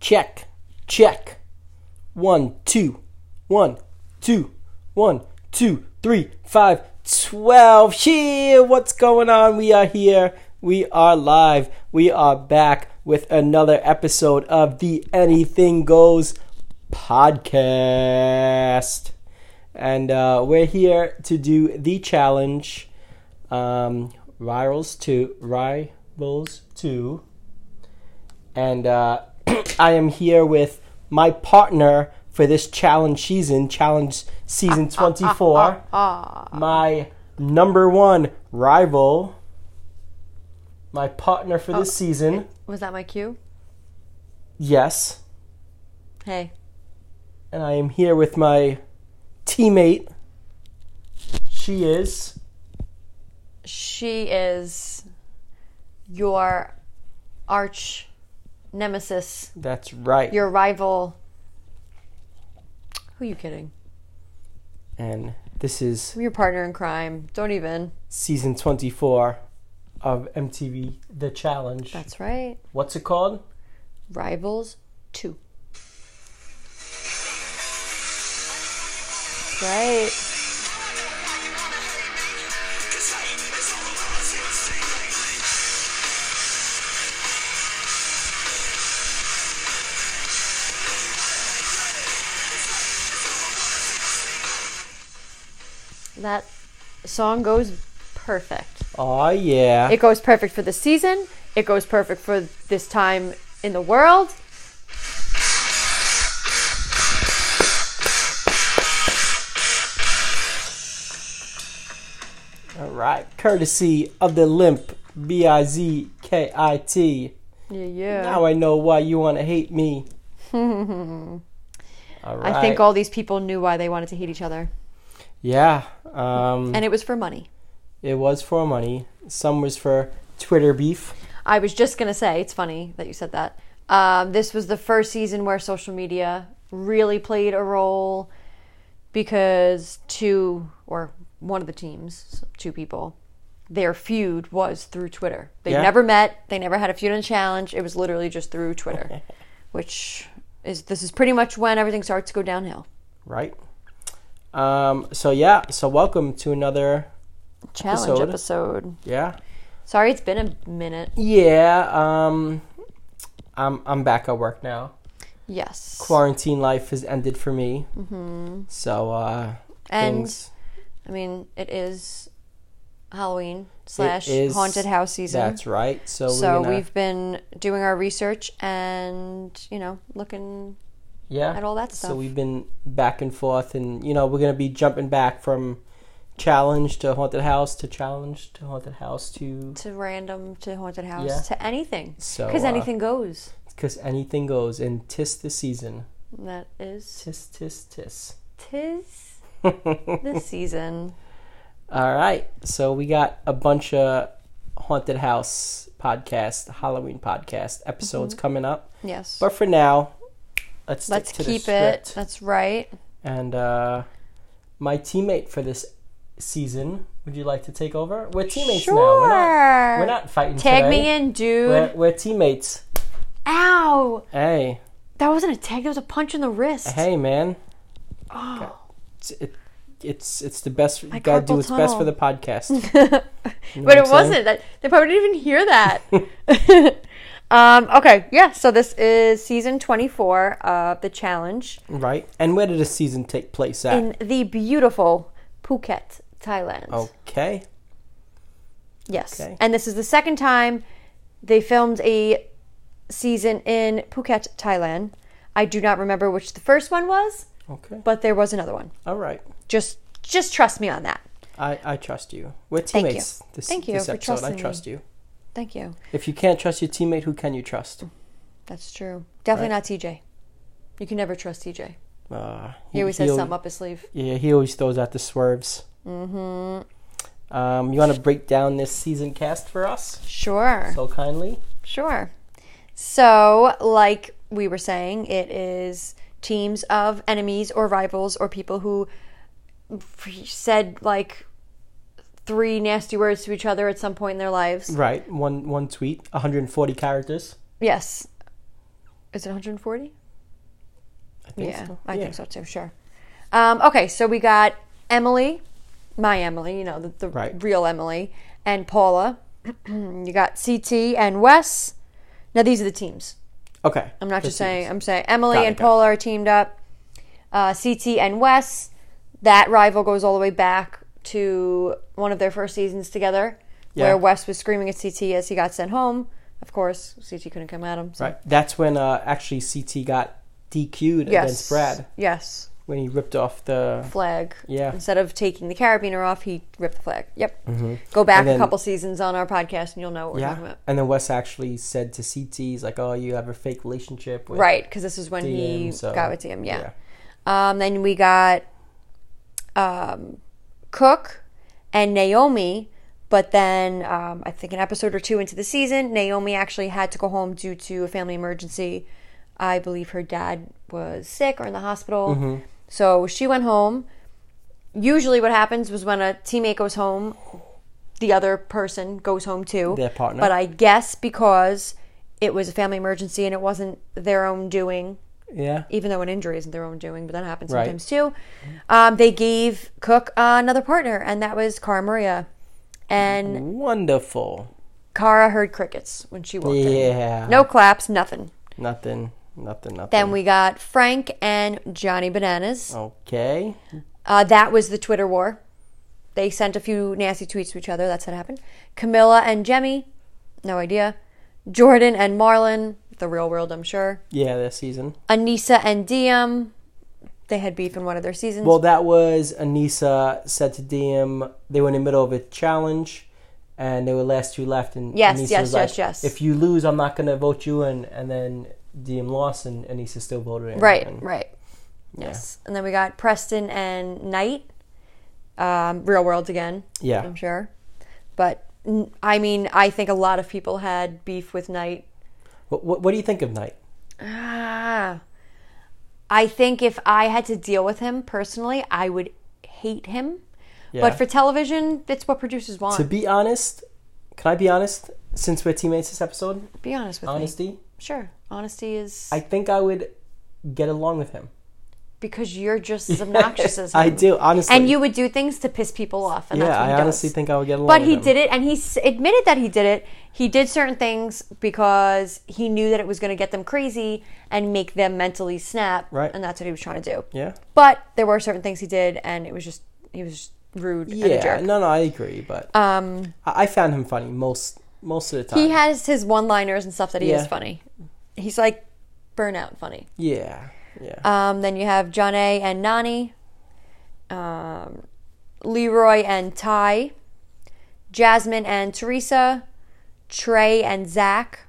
Check, check. One, two, one, two, one, two, three, five, twelve. Here, what's going on? We are here. We are live. We are back with another episode of the Anything Goes podcast. And uh, we're here to do the challenge. Um, rivals two, rivals two and uh, I am here with my partner for this challenge season, challenge season 24. my number one rival, my partner for this season. Was that my cue? Yes, Hey. and I am here with my teammate. She is She is your arch nemesis, that's right, your rival. Who are you kidding? and this is Your partner in crime. Don't even. season 24 of MTV The Challenge. That's right. What's it called? Rivals 2. Right. That song goes perfect. Oh yeah. It goes perfect for the season. It goes perfect for this time in the world. All right, courtesy of the limp, B I Z K I T. Yeah, yeah. Now I know why you want to hate me. all right. I think all these people knew why they wanted to hate each other, yeah, um, and it was for money. it was for money. Some was for Twitter beef. I was just gonna say it's funny that you said that. Um, this was the first season where social media really played a role because two or one of the teams, two people, their feud was through Twitter. They Yeah. never met. They never had a feud and challenge. It was literally just through Twitter, which is this is pretty much when everything starts to go downhill. Right. Um, so yeah, so welcome to another. Challenge Episode. episode. Yeah. Sorry, it's been a minute. Yeah. Um, I'm I'm back at work now. Yes. Quarantine life has ended for me. Mm-hmm. So uh, And- things- I mean, it is Halloween slash is- haunted house season. That's right. So, so we're gonna, we've been doing our research and you know looking. yeah at all that stuff. So we've been back and forth, and you know we're gonna be jumping back from challenge to haunted house to challenge to haunted house to To random, to haunted house, Yeah. to anything, So, because uh, anything goes. because anything goes. And tis the season, That is tis tis tis. tis the season. All right, so we got a bunch of haunted house podcast, Halloween podcast episodes coming up, Yes, but for now, let's stick Mm-hmm. let's to keep the it. script. That's right. And uh, my teammate for this season, would you like to take over? We're teammates sure. now. We're not, we're not fighting Tag today. me in, dude. We're, we're teammates. Ow! Hey, That wasn't a tag. That was a punch in the wrist. hey, man. Oh. It's, it, it's it's the best. You My gotta do carpal what's best for tunnel. the podcast. You know what but it I'm saying? wasn't. That, they probably didn't even hear that. um, okay, yeah. So this is season 24 of the challenge right. And where did the season take place at? in the beautiful Phuket, Thailand. okay. yes. Oh, okay. And this is the second time they filmed a season in Phuket, Thailand. I do not remember which the first one was, Okay. but there was another one. All right. Just, just trust me on that. I, I trust you. We're you. teammates. This, Thank you this for episode. I trusting me. trust you. Thank you. If you can't trust your teammate, who can you trust? That's true. Definitely Right. not TJ. You can never trust TJ. Uh, He always has he'll- something up his sleeve. Yeah, he always throws out the swerves. Mm-hmm. Um, you want to break down this season cast for us, Sure. so kindly? Sure. So, like we were saying, it is teams of enemies or rivals or people who f- said like three nasty words to each other at some point in their lives. Right. One one tweet, 140 characters. Yes. Is it 140? I think yeah, so. I yeah. think so too. Sure. Um, okay, so we got Emily, my Emily, you know the, the Right. real Emily, and Paula. you got CT and Wes. Now these are the teams. Okay. I'm not the just teams. saying. I'm saying Emily Got it, and got it. Paula are teamed up. Uh, CT and Wes. That rival goes all the way back to one of their first seasons together, Yeah. where Wes was screaming at CT as he got sent home. Of course, CT couldn't come at him. So. Right. That's when uh, actually CT got DQ'd Yes. against Brad Yes. when he ripped off the. flag. Yeah. Instead of taking the carabiner off, he ripped the flag. Yep. Go Mm-hmm. back And then- a couple seasons on our podcast, and you'll know what we're talking Yeah. about. And then Wes actually said to CT, he's like, oh, you have a fake relationship with Right, because this is when he DM, so- got with DM. Yeah. Um, then we got um, Cook and Naomi, but then um, I think an episode or two into the season, Naomi actually had to go home due to a family emergency. I believe her dad was sick or in the hospital. Mm-hmm. So she went home. Usually, what happens was when a teammate goes home, the other person goes home too. Their partner. But I guess because it was a family emergency and it wasn't their own doing, Yeah. even though an injury isn't their own doing, but that happens Right. sometimes too. Um, they gave Cook uh, another partner, and that was Cara Maria. And Wonderful. Cara heard crickets when she walked in. Yeah. No claps, nothing. Nothing. Nothing. Nothing. Then we got Frank and Johnny Bananas. Okay. Uh, that was the Twitter war. They sent a few nasty tweets to each other. That's what happened. Camilla and Jemmy, no idea. Jordan and Marlon, the real world, I'm sure. Yeah, this season. Anissa and Diem, they had beef in one of their seasons. Well, that was Anissa said to DM. They were in the middle of a challenge, and they were last two left. And Yes, Anissa yes, was like, yes, yes. If you lose, I'm not gonna vote you in. And then DM lost, and Anissa still voted in. Right, And- right. Yeah. Yes. And then we got Preston and Knight. Um, Real Worlds again, Yeah. I'm sure. But n- I mean, I think a lot of people had beef with Knight. What, what, what do you think of Knight? Ah. I think if I had to deal with him personally, I would hate him. Yeah. But for television, it's what producers want. to be honest, can I be honest? Since we're teammates this episode, be honest with me. honesty. Sure. Honesty is I think I would get along with him. because you're just as obnoxious as him. I do honestly. And you would do things to piss people off. And Yeah, that's what he I does. honestly think I would get along. But with he him. did it, and he s- admitted that he did it. He did certain things because he knew that it was going to get them crazy and make them mentally snap. Right. And that's what he was trying to do. Yeah. But there were certain things he did, and it was just he was just rude and a Yeah. jerk. No, no, I agree, but Um, I, I found him funny most most of the time. he has his one-liners and stuff that he Yeah. is funny. He's like burnout funny. Yeah, yeah. Um, then you have John A and Nani, um, Leroy and Ty, Jasmine and Teresa, Trey and Zach,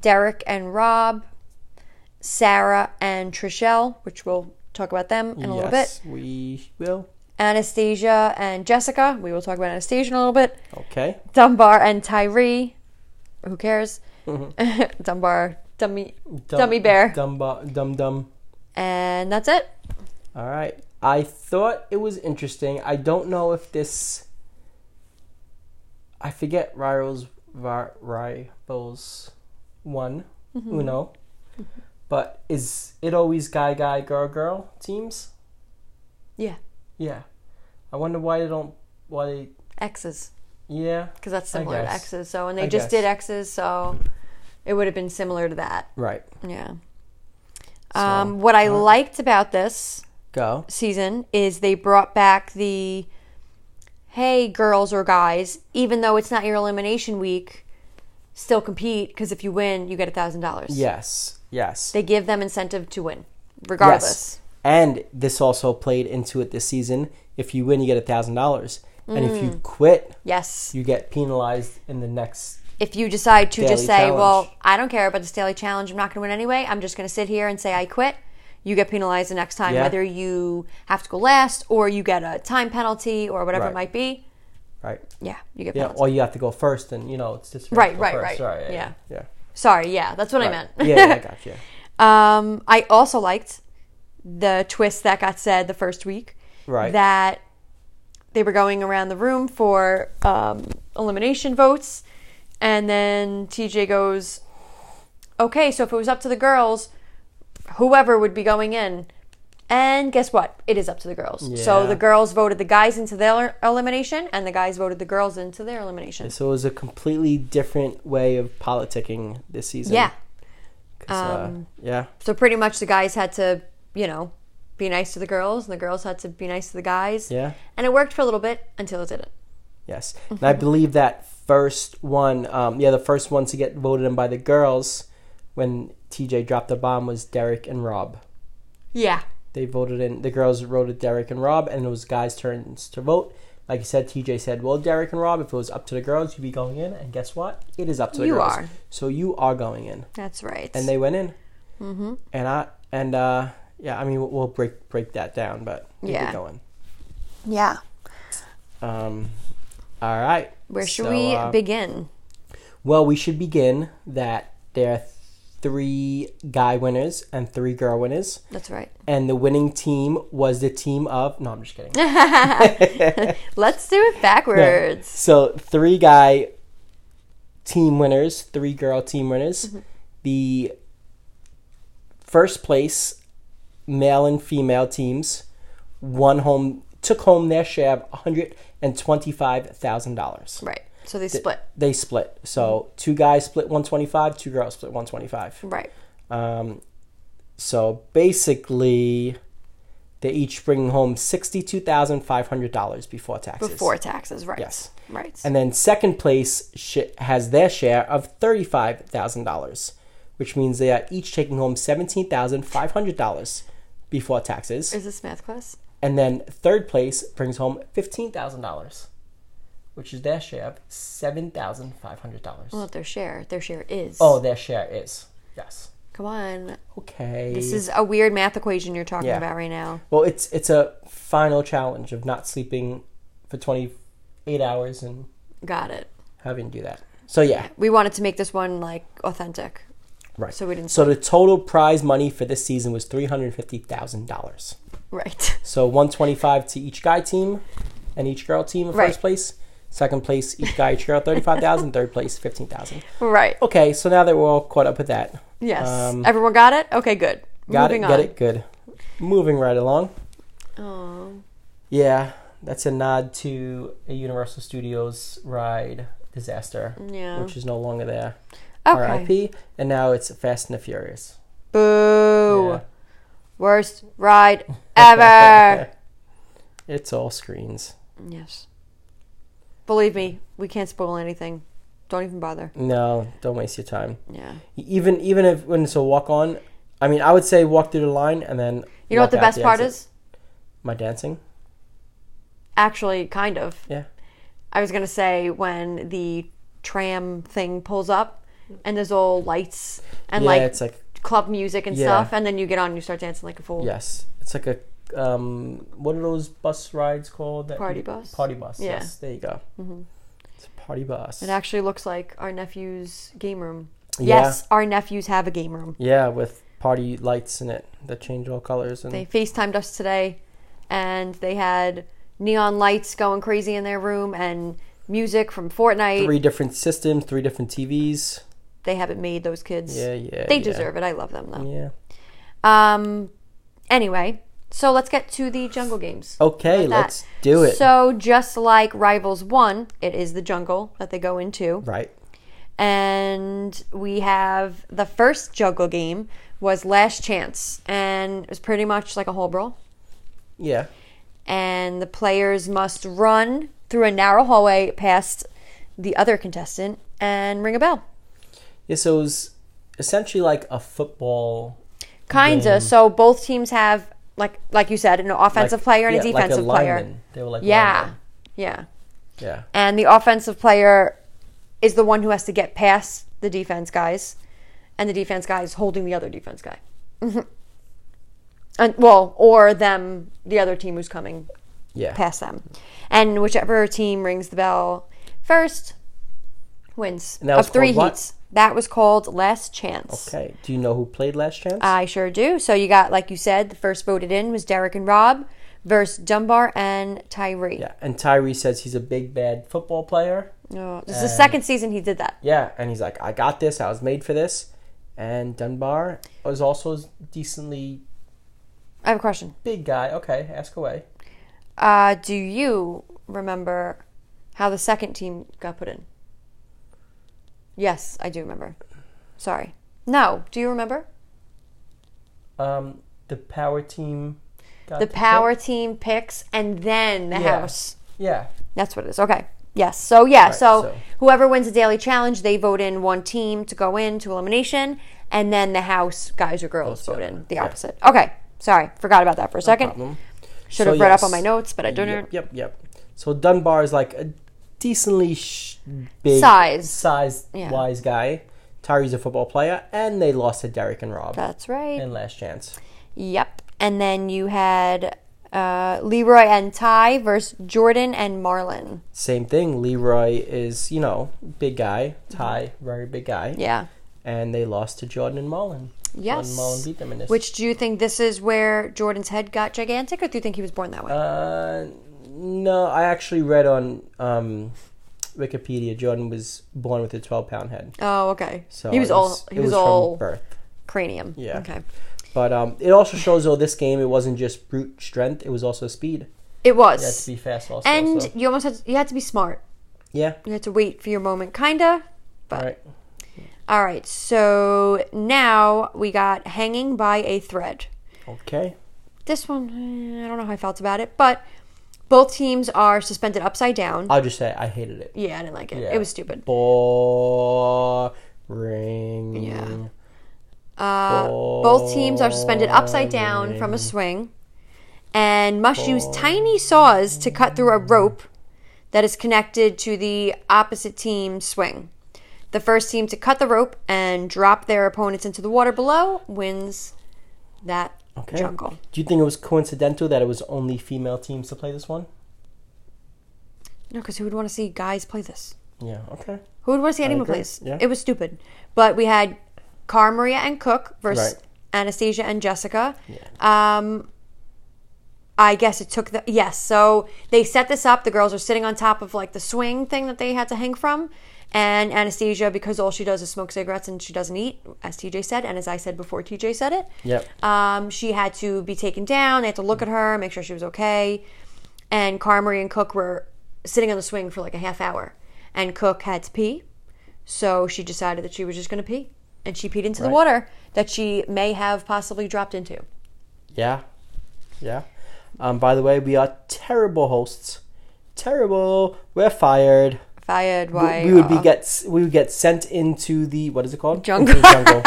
Derek and Rob, Sarah and Trishelle, which we'll talk about them in a little bit. yes, we will. Anastasia and Jessica, we will talk about Anastasia in a little bit. Okay. Dunbar and Tyree, who cares? Dunbar, dummy, Mm-hmm. Dum- dummy bear, Dumb, dumb, dumb. and that's it. All right. I thought it was interesting. I don't know if this. I forget Ryro's Ry- Rivals one Mm-hmm. Uno, but is it always guy guy girl girl teams? Yeah, Yeah. I wonder why they don't. Why they? X's. Yeah. because that's I similar to guess. X's. So, and I they just guess. did X's, so it would have been similar to that. Right. Yeah. So, um, what I uh, liked about this Go. season is they brought back the hey, girls or guys, even though it's not your elimination week, still compete because if you win, you get a thousand dollars. Yes. Yes. They give them incentive to win, regardless. And this also played into it this season. If you win, you get thousand dollars, and if Mm. you quit, Yes. you get penalized in the next. If you decide to Daily just say, challenge. well, I don't care about this daily challenge, I'm not going to win anyway, I'm just going to sit here and say I quit, you get penalized the next time, Yeah. whether you have to go last or you get a time penalty or whatever Right. it might be. Right. Yeah, you get Yeah. penalized. Or you have to go first, and you know it's just Right, right, right. Yeah. Yeah. Yeah. Sorry, yeah, that's what I Right. meant. yeah. Yeah. I got you. Um, I also liked the twist that got said the first week. Right. That they were going around the room for um, elimination votes, and then TJ goes, okay, so if it was up to the girls, whoever would be going in. And guess what? It is up to the girls. So Yeah. the girls voted the guys into their elimination, and the guys voted the girls into their elimination. So it was a completely different way of politicking this season. Yeah. 'Cause, Um, uh, yeah. So pretty much the guys had to, you know, be nice to the girls, and the girls had to be nice to the guys. Yeah. And it worked for a little bit until it didn't. Yes. And mhm. I believe that first one, um, yeah, the first ones to get voted in by the girls when TJ dropped the bomb was Derek and Rob. Yeah. They voted in, the girls voted Derek and Rob, and it was guys' turns to vote. Like you said, TJ said, well, Derek and Rob, if it was up to the girls, you'd be going in. And guess what? It is up to the You girls. are. So you are going in. That's right. And they went in. Mm-hmm. And I, and, uh, yeah, I mean, we'll- we'll break break that down, but we Yeah. did go in. yeah. Um, all right. Where should So, we uh, begin? Well, we should begin that there are three guy winners and three girl winners. That's right. And the winning team was the team of. No, I'm just kidding. Let's do it backwards. so, three guy team winners, three girl team winners. Mm-hmm. The first place male and female teams won home, took home their share of $125,000. Right. Mm-hmm. So they split. They split. So, two guys split 125, two girls split 125. Right. Um, so basically, they each bring home sixty-two thousand five hundred dollars before taxes. Before taxes, right. yes, Right. and then second place sh- has their share of thirty-five thousand dollars, which means they are each taking home seventeen thousand five hundred dollars before taxes. Is this math class? And then third place brings home fifteen thousand dollars, which is their share of seven thousand five hundred dollars. Well, their share. Their share is. Oh, their share is yes. Come on. Okay. This is a weird math equation you're talking Yeah. about right now. Well, it's it's a final challenge of not sleeping for 28 hours and Got it. having to do that. So yeah, We wanted to make this one like authentic. right. So we didn't- So the total prize money for this season was three hundred fifty thousand dollars. Right. So one twenty five to each guy team, and each girl team in first Right. place. Second place, each guy, each girl, thirty-five thousand. Third place, fifteen thousand. right. Okay, so now that we're all caught up with that, Yes. um, Everyone got it? Okay, good. got Moving it, on. get it, good. Moving right along. Oh. Yeah, that's a nod to a Universal Studios ride disaster, Yeah. which is no longer there. Okay. RIP, and now it's Fast and the Furious. Boo. Yeah. Worst ride ever. It's all screens. yes. Believe me, we can't spoil anything. Don't even bother. No, don't waste your time. E, Yeah. Even even if when it's a walk on, I mean, I would say walk through the line and then. You know what walk the out best part exit. is? My dancing. Actually, kind of. Yeah. I was gonna say when the tram thing pulls up and there's all lights and yeah, like it's like club music and Yeah. stuff, and then you get on and you start dancing like a fool. yes, it's like a um, what are those bus rides called? That Party bus? Party bus. Yeah. Mm-hmm. Yes, there you go. It's a party bus. It actually looks like our nephew's game room. Yeah. Yes, our nephews have a game room. yeah, with party lights in it that change all colors and They FaceTimed us today and they had neon lights going crazy in their room and music from Fortnite. three different systems, three different TVs. They have it made, those kids. Yeah, yeah. They yeah. deserve it. I love them though. Yeah. Um anyway, so let's get to the jungle games. Okay, That. let's do it. So just like Rivals 1, it is the jungle that they go into. right. and we have the first juggle game was last chance and it was pretty much like a hole brawl Yeah. and the players must run through a narrow hallway past the other contestant and ring a bell Yeah, so it was essentially like a football kinda Game. so both teams have like like you said an offensive like- player and yeah, a defensive like a player lineman. They were like yeah linemen. yeah Yeah. and the offensive player is the one who has to get past the defense guys, and the defense guy is holding the other defense guy. Mhm. and well, or them, the other team who's coming Yeah. past them, and whichever team rings the bell first wins that was of three called what? heats. That was called last chance. Okay. Do you know who played last chance? I sure do. So you got, like you said, the first voted in was Derek and Rob versus Dunbar and Tyree. yeah. And Tyree says he's a big bad football player. Oh, this is the second season he did that. Yeah. And he's like, I got this, I was made for this. And Dunbar was also a decently I have a question. big guy. Okay, ask away. Uh, do you remember how the second team got put in? Yes, I do remember. Sorry. No, do you remember? Um, the power team. Got The to power pick? team picks and then the Yeah. house. Yeah. That's what it is. Okay. Yes. So yeah. Right, so, so- whoever wins the daily challenge, they vote in one team to go in to elimination, and then the house guys or girls the vote other in one. the Yeah. opposite. Okay. Sorry, forgot about that for a second. Problem. Should So, have read yes. up on my notes, but I don't. Yep, yep, yep. So Dunbar is like a decently sh- big Size. size Yeah. wise guy. Tyree's a football player, and they lost to Derek and Rob That's right. in last chance. Yep. And then you had uh, Leroy and Ty versus Jordan and Marlon. Same thing. Leroy is you know big guy. Ty very big guy. Mm-hmm. Yeah. And they lost to Jordan and Mullen. Jordan Yes. and Mullen beat them in this. Which do you think this is where Jordan's head got gigantic, or do you think he was born that way? Uh, no, I actually read on um, Wikipedia Jordan was born with a 12 pound head. oh, okay. So he was it all it he was, from all birth. cranium. Yeah. Okay. But um, it also shows though this game it wasn't just brute strength; it was also speed. It was. You had to be fast also. and so- you almost had to, you had to be smart. yeah, You had to wait for your moment, kinda. all right. All right. So now we got hanging by a thread. Okay, This one, eh, I don't know how I felt about it, but both teams are suspended upside down. I'll just say I hated it. yeah, I didn't like it. Yeah. It was stupid. Boring. Yeah. Uh, both teams are suspended upside down from a swing and must use tiny saws to cut through a rope that is connected to the opposite team's swing. The first team to cut the rope and drop their opponents into the water below wins that Okay. jungle. Do you think it was coincidental that it was only female teams to play this one? No, because who would want to see guys play this? Yeah. Okay. Who would want to see anyone agree. play this? Yeah. It was stupid. But we had Car Maria and Cook versus Right. Anastasia and Jessica. Um, I guess it took the yes. So they set this up. The girls are sitting on top of like the swing thing that they had to hang from, and Anastasia because all she does is smoke cigarettes and she doesn't eat, as TJ said, and as I said before, TJ said it. Yep. Um, she had to be taken down. They had to look at her, make sure she was okay. And Carmory and Cook were sitting on the swing for like a half hour, and Cook had to pee, so she decided that she was just going to pee, and she peed into the Right. water that she may have possibly dropped into. Yeah. Yeah. Um, by the way, we are terrible hosts. Terrible. We're fired. Fired. Why? we would be uh, get we would get sent into the what is it called Jungle. Into the jungle.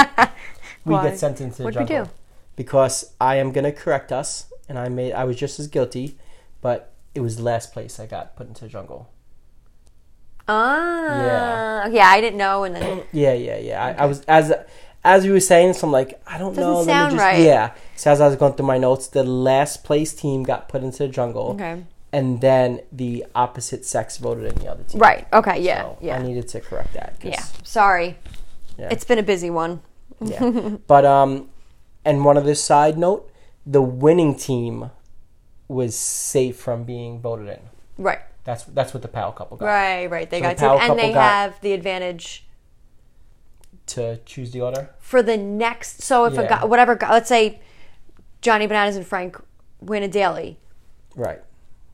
we Why? get sent into the What'd we jungle. do? Because I am gonna correct us, and I made I was just as guilty, but it was last place I got put into the jungle. Ah, yeah. yeah, I didn't know, and then Yeah, yeah, yeah. I, I was as as we were saying, so I'm like, I don't know. Doesn't sound right. Yeah. So as I was going through my notes, the last place team got put into the jungle. Okay. And then the opposite sex voted in the other team. right, okay, yeah, So yeah, I needed to correct that. 'cause- yeah. Sorry, Yeah. it's been a busy one. Yeah. but um, and one other side note: the winning team was safe from being voted in. Right, That's that's what the power couple got right, right. They So got the power to, and they couple got- have the advantage to choose the order. for the next. So if a Yeah. guy, whatever, guy, let's say Johnny Bananas and Frank win a daily, Right.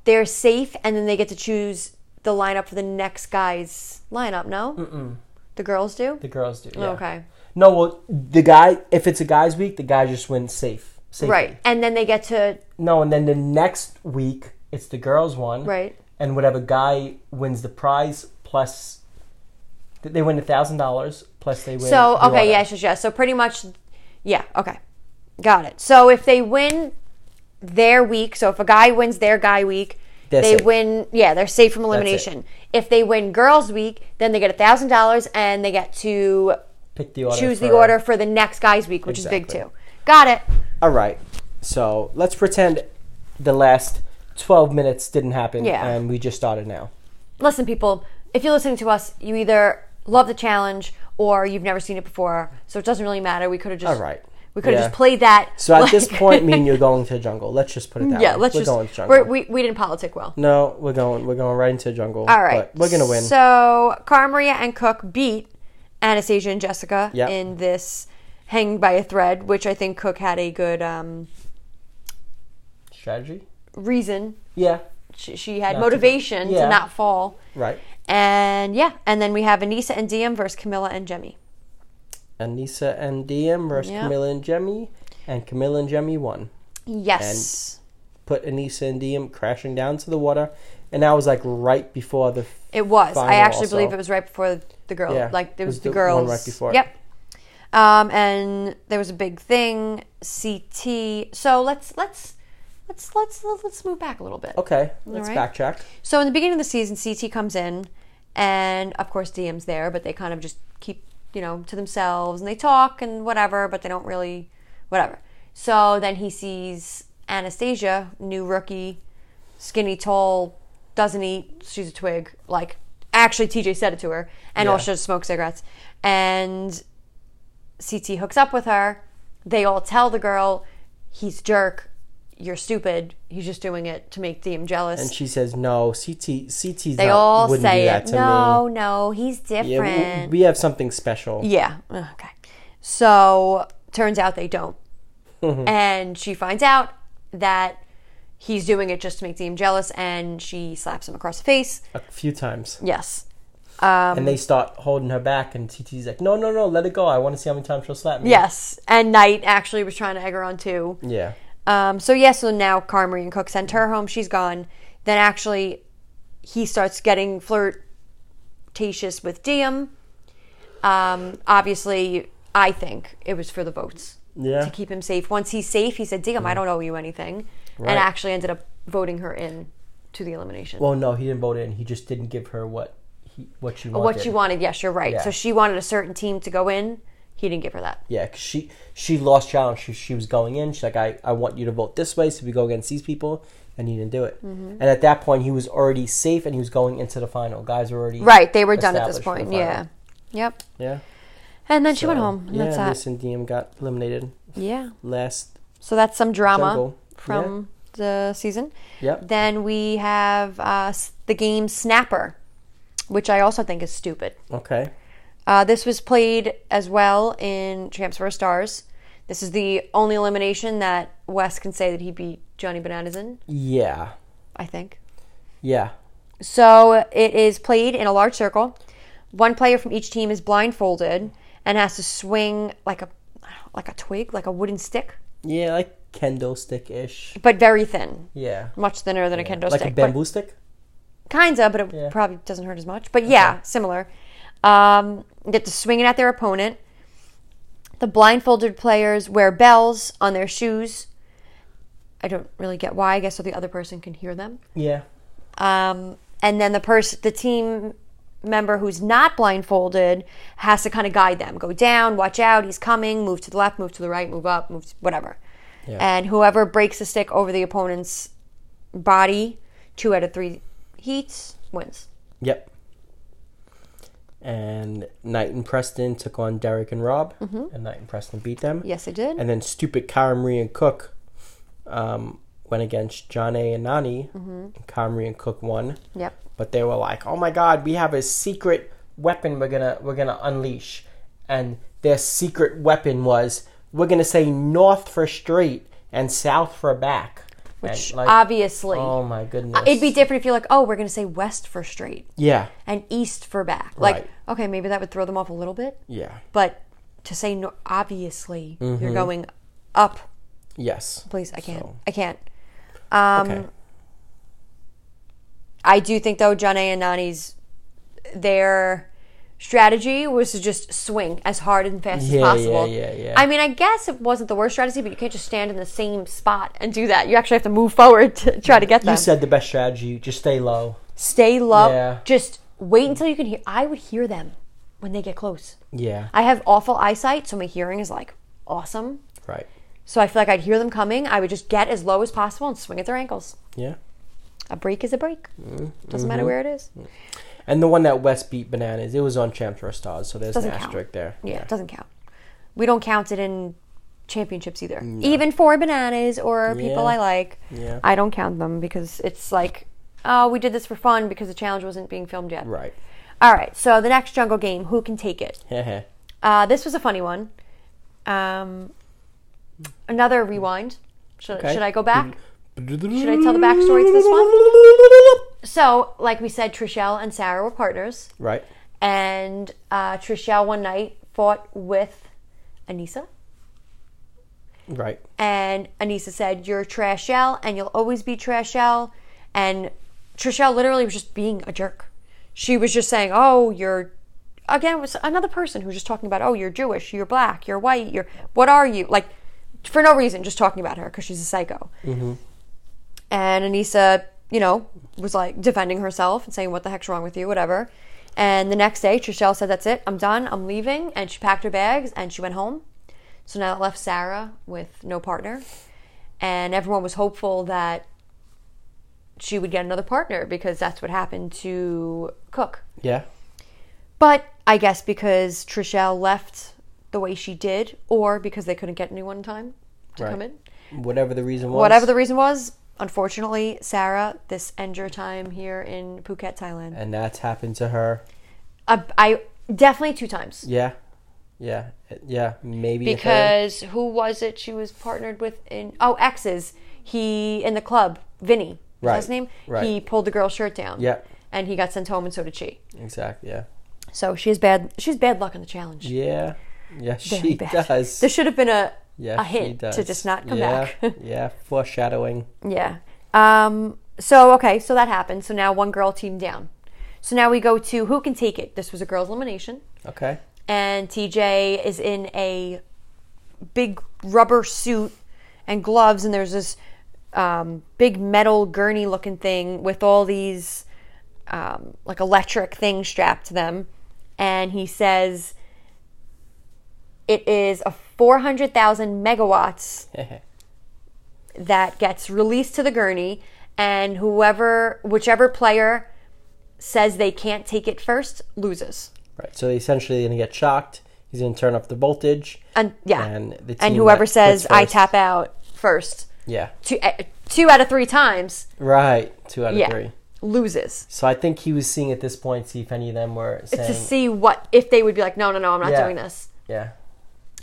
they're safe, and then they get to choose the lineup for the next guy's lineup. No, Mm-mm. the girls do. The girls do. yeah. Okay, No, well, the guy. If it's a guy's week, the guy just wins safe. Safely. right, and then they get to No, and then the next week it's the girls one. Right. And whatever guy wins the prize plus. They win a thousand dollars plus they win. So the order. okay, yes, yes, yes. So pretty much, yeah. Okay, got it. So if they win their week, so if a guy wins their guy week, They're they safe. win. Yeah, they're safe from elimination. If they win girls week, then they get a thousand dollars and they get to Pick the order. choose the for- order for the next guy's week, which is Exactly. big too. Got it. All right. So let's pretend the last 12 minutes didn't happen Yeah. and we just started now. Listen, people, if you're listening to us, you either love the challenge or you've never seen it before, so it doesn't really matter. We could have just All right. We could have Yeah. just played that. So at this like- point, me and you're going to the jungle. Let's just put it that yeah, way. let's we're just going to jungle. we're, we we didn't politic well. no, we're going. We're going right into the jungle. All right. but we're gonna win. So Carmaria and Cook beat Anastasia and Jessica Yep. in this hanged by a thread, which I think Cook had a good um, Strategy? reason. Yeah. She, she had Not to- motivation to, yeah. not fall. Right. And yeah, and then we have Anissa and DM versus Camilla and Jemmy. Anissa and DM versus Yeah. Camilla and Jemmy, and Camilla and Jemmy won. Yes. Put Anissa and DM crashing down to the water, and that was like right before the. it was. I final actually also. believe it was right before the girl. Yeah, Like, it it was, was the, the one girls. right before. Yep. Um, and there was a big thing, CT. So let's let's let's let's let's move back a little bit. Okay, let's Alright. backtrack. So in the beginning of the season, CT comes in, and of course DM's there, but they kind of just keep you know to themselves and they talk and whatever, but they don't really whatever. So then he sees Anastasia, new rookie, skinny, tall, doesn't eat. She's a twig. Like actually, TJ said it to her, and Yeah. all she does is smoke cigarettes. And CT hooks up with her. They all tell the girl, "He's a jerk. You're stupid. He's just doing it to make DM jealous." And she says, "No, CT, CT's They not, all wouldn't do say that it. to No, me. no, he's different. Yeah, Yeah, we, we have something special. Ugh, Okay. So turns out they don't. Mm-hmm. and she finds out that he's doing it just to make Dean jealous, and she slaps him across the face. A few times, Yes. Um, and they start holding her back, and CT's like, "No, no, no, let it go. I want to see how many times she'll slap me." Yes. And Knight actually was trying to egg her on too. Yeah. Um, so yes, so now Carmery and Cook send her home. She's gone. Then actually, he starts getting flirtatious with Diem. Um, obviously, I think it was for the votes Yeah. to keep him safe. Once he's safe, he said, "Diem, I don't owe you anything," Right. and actually ended up voting her in to the elimination. Well, no, he didn't vote in. He just didn't give her what he what she wanted. what she wanted, yes, you're right. Yeah. So she wanted a certain team to go in. He didn't give her that. Yeah, 'cause she she lost challenge. She, she was going in. She's like, I, I want you to vote this way, so we go against these people, and he didn't do it. Mm-hmm. And at that point, he was already safe, and he was going into the final. Guys were already Right, they were done at this established for point. the Yeah, yep. yeah. And then she went So, home. And yeah, that's Miss and DM got eliminated that. Yeah. last. So that's some drama Jungle. from the season. Yep. Then we have uh, s- the game Snapper, which I also think is stupid. Okay. Uh, this was played as well in Champs vs. Stars. This is the only elimination that Wes can say that he beat Johnny Bananas in, Yeah. I think. Yeah. So it is played in a large circle. One player from each team is blindfolded and has to swing like a like a twig, like a wooden stick, Yeah, like kendo stick ish. but very thin, Yeah. much thinner than a kendo like stick. a but- bamboo stick. kinds of, but it Yeah. probably doesn't hurt as much. But yeah, similar. Um, get to swing it at their opponent. The blindfolded players wear bells on their shoes. I don't really get why. I guess so the other person can hear them. Yeah. Um, and then the person, the team member who's not blindfolded has to kind of guide them. Go down, watch out, he's coming. Move to the left, move to the right, move up, move to whatever. Yeah. And whoever breaks the stick over the opponent's body, two out of three heats wins. Yep. And Knight and Preston took on Derek and Rob, Mm-hmm. and Knight and Preston beat them. Yes, I did. And then stupid Kyrie and Cook um, went against John A. and Nani. And Kyrie and Cook won, Mm-hmm. yep. but they were like, "Oh my God, we have a secret weapon. We're gonna we're gonna unleash." And their secret weapon was we're gonna say north for straight and south for back. Which and like, obviously, oh my goodness, it'd be different if you're like, oh, we're going to say west for straight yeah, and east for back. Like, Right. okay, maybe that would throw them off a little bit, yeah, but to say no, obviously Mm-hmm. you're going up. yes. Please, I can't. So- I can't. Um, okay. I do think though, John A. and Nani's their strategy was to just swing as hard and fast Yeah, as yeah, possible. yeah, yeah. I mean, I guess it wasn't the worst strategy, but you can't just stand in the same spot and do that. You actually have to move forward to try to get them. You said the best strategy: just stay low. stay low. Yeah. Just wait until you can hear. I would hear them when they get close. Yeah, I have awful eyesight, so my hearing is like awesome. right. So I feel like I'd hear them coming. I would just get as low as possible and swing at their ankles. Yeah, A break is a break. Doesn't Mm-hmm. matter where it is. and the one that West beat bananas. It was on Champs for Stars, so there's Doesn't an count. asterisk there. Yeah, it doesn't count. We don't count it in championships either. Even for bananas or people Yeah. I like, Yeah. I don't count them because it's like, oh, we did this for fun because the challenge wasn't being filmed yet. Right. All right, so the next jungle game, who can take it? Heh heh. Uh, this was a funny one. Um, another rewind. Should, Okay. Mm-hmm. should I go back? Should I tell the backstory to this one? So, like we said, Trishelle and Sarah were partners, Right. and uh, Trishelle one night fought with Anissa, Right. and Anissa said, "You're Trishelle, and you'll always be Trishelle." And Trishelle literally was just being a jerk. She was just saying, "Oh, you're." Again, it was another person who was just talking about, "Oh, you're Jewish, you're black, you're white, you're what are you?" Like, for no reason, just talking about her because she's a psycho. And Anissa, you know, was like defending herself and saying, What the heck's wrong with you? Whatever. And the next day, Trishelle said, That's it. I'm done. I'm leaving. And she packed her bags and she went home. So now it left Sarah with no partner. And everyone was hopeful that she would get another partner because that's what happened to Cook. Yeah. But I guess because Trishelle left the way she did, or because they couldn't get anyone in time to Right. come in, Whatever the reason was. whatever the reason was, unfortunately, Sarah, this ends your time here in Phuket, Thailand. And that's happened to her. I, I definitely two times Yeah. Yeah. Yeah. Maybe a third. because who was it she was partnered with in? Oh, exes. He in the club, Vinny. Right. Right, His name. right. He pulled the girl's shirt down. Yeah. And he got sent home, and so did she. Exactly. Yeah. So she has bad. She's bad luck on the challenge. Yeah. Yeah. Very She bad. does. There should have been a yeah. a she hint to does. just not come yeah. back. yeah. Foreshadowing. Yeah. Um, so okay, so that happened. So now one girl team down. So now we go to who can take it. This was a girls' elimination, Okay. and TJ is in a big rubber suit and gloves, and there's this um, big metal gurney-looking thing with all these um, like electric things strapped to them, and he says. It is a 400,000 megawatts that gets released to the gurney and whoever whichever player says they can't take it first loses Right. So essentially, going to get shocked. He's going to turn up the voltage. and yeah And the team and whoever that says quits i first." tap out first Yeah. two, uh, two out of three times Right. Two out of yeah three. loses So I think he was seeing at this point, see if any of them were saying, to see what if they would be like no no no i'm not Yeah. doing this yeah,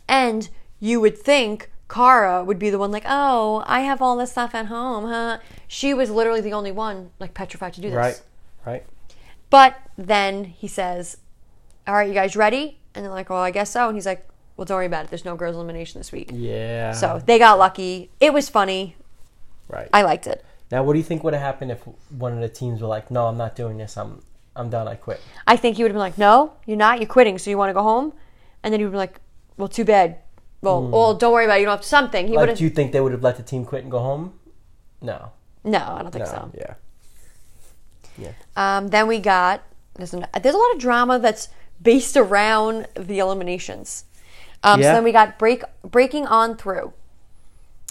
and you would think Kara would be the one like, oh, I have all this stuff at home, huh? She was literally the only one like petrified to do this. right, right, But then he says, All right, you guys ready? And they're like, Well, I guess so. And he's like, Well, don't worry about it. There's no girls' elimination this week. yeah. So they got lucky. It was funny. right. I liked it. now, what do you think would have happened if one of the teams were like, "No, I'm not doing this. I'm, I'm done. I quit." I think he would have been like, No, you're not. You're quitting. So you want to go home? And then he would be like, Well, too bad. Well, well, don't worry about it. You don't have to something. He would Hmm. Like, have. do you think they would have let the team quit and go home? No, no, I don't think no, so. yeah, yeah, Um, then we got there's, an, there's a lot of drama that's based around the eliminations. Um, Yeah. So then we got break breaking on through.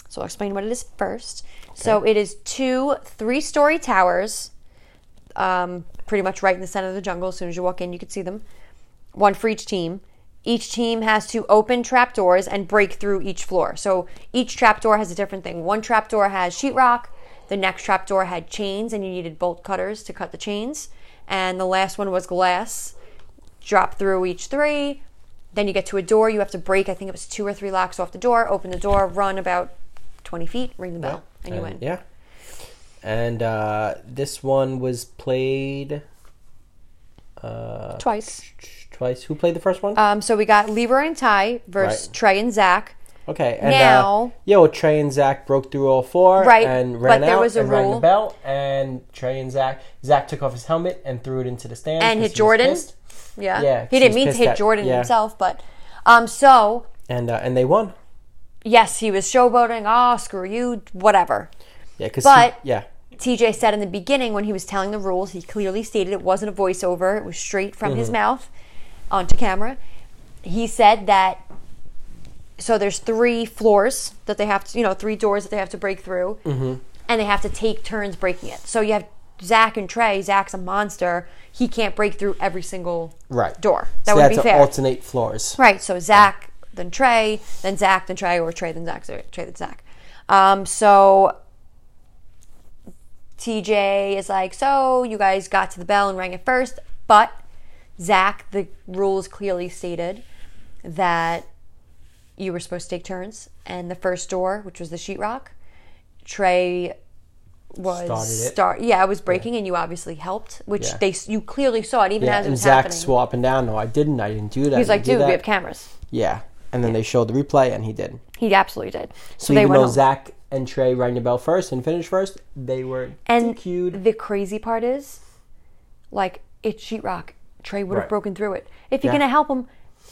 So I'll explain what it is first. So it is two three story towers, um, pretty much right in the center of the jungle. As soon as you walk in, you can see them. One for each team. Each team has to open trapdoors and break through each floor. So each trapdoor has a different thing. One trapdoor has sheetrock. The next trapdoor had chains, and you needed bolt cutters to cut the chains. And the last one was glass. Drop through each three. Then you get to a door. You have to break. I think it was two or three locks off the door. Open the door. Run about twenty feet. Ring the bell, and you win. yeah. And uh, this one was played uh, Twice. twice. Who played the first one? Um, so we got Leroy and Ty versus Right. Trey and Zach. Okay, and uh, Now- yo, Trey and Zach broke through all four, Right, And but ran there out was a and rang the rule. bell, and Trey and Zach, Zach took off his helmet and threw it into the stand And hit Jordan. Yeah. Yeah, he 'cause didn't he's mean to pissed hit at- Jordan yeah. himself, but um, so and uh, and they won. yes, he was showboating. Oh, screw you, whatever. Yeah, because But- yeah, TJ said in the beginning when he was telling the rules, he clearly stated it wasn't a voiceover, it was straight from Mm-hmm. his mouth onto camera. He said that so there's three floors that they have to, you know, three doors that they have to break through, Mm-hmm. and they have to take turns breaking it. So you have Zach and Trey. Zach's a monster. He can't break through every single Right. door. That so would that's be to fair. alternate floors. Right. So Zach, then Trey, then Zach, then Trey, or Trey, then Zach, sorry, Trey, then Zach. Um, so TJ is like, so you guys got to the bell and rang it first, but Zach, the rules clearly stated that you were supposed to take turns, and the first door, which was the sheetrock, Trey was Started it. start. Yeah, I was breaking, and you obviously helped, which Yeah. they you clearly saw it even Yeah, as it and was Zach happening. swapping down. No, I didn't. I didn't do that. he was I like, didn't "Dude, do we that." have cameras." Yeah, and then they showed the replay, and he did. He absolutely did. So they even went though home. Zach and Trey rang the bell first and finished first, they were And DQ'd. the crazy part is, like, it's sheetrock. Trey would have Right. broken through it. If you're Yeah. gonna help him,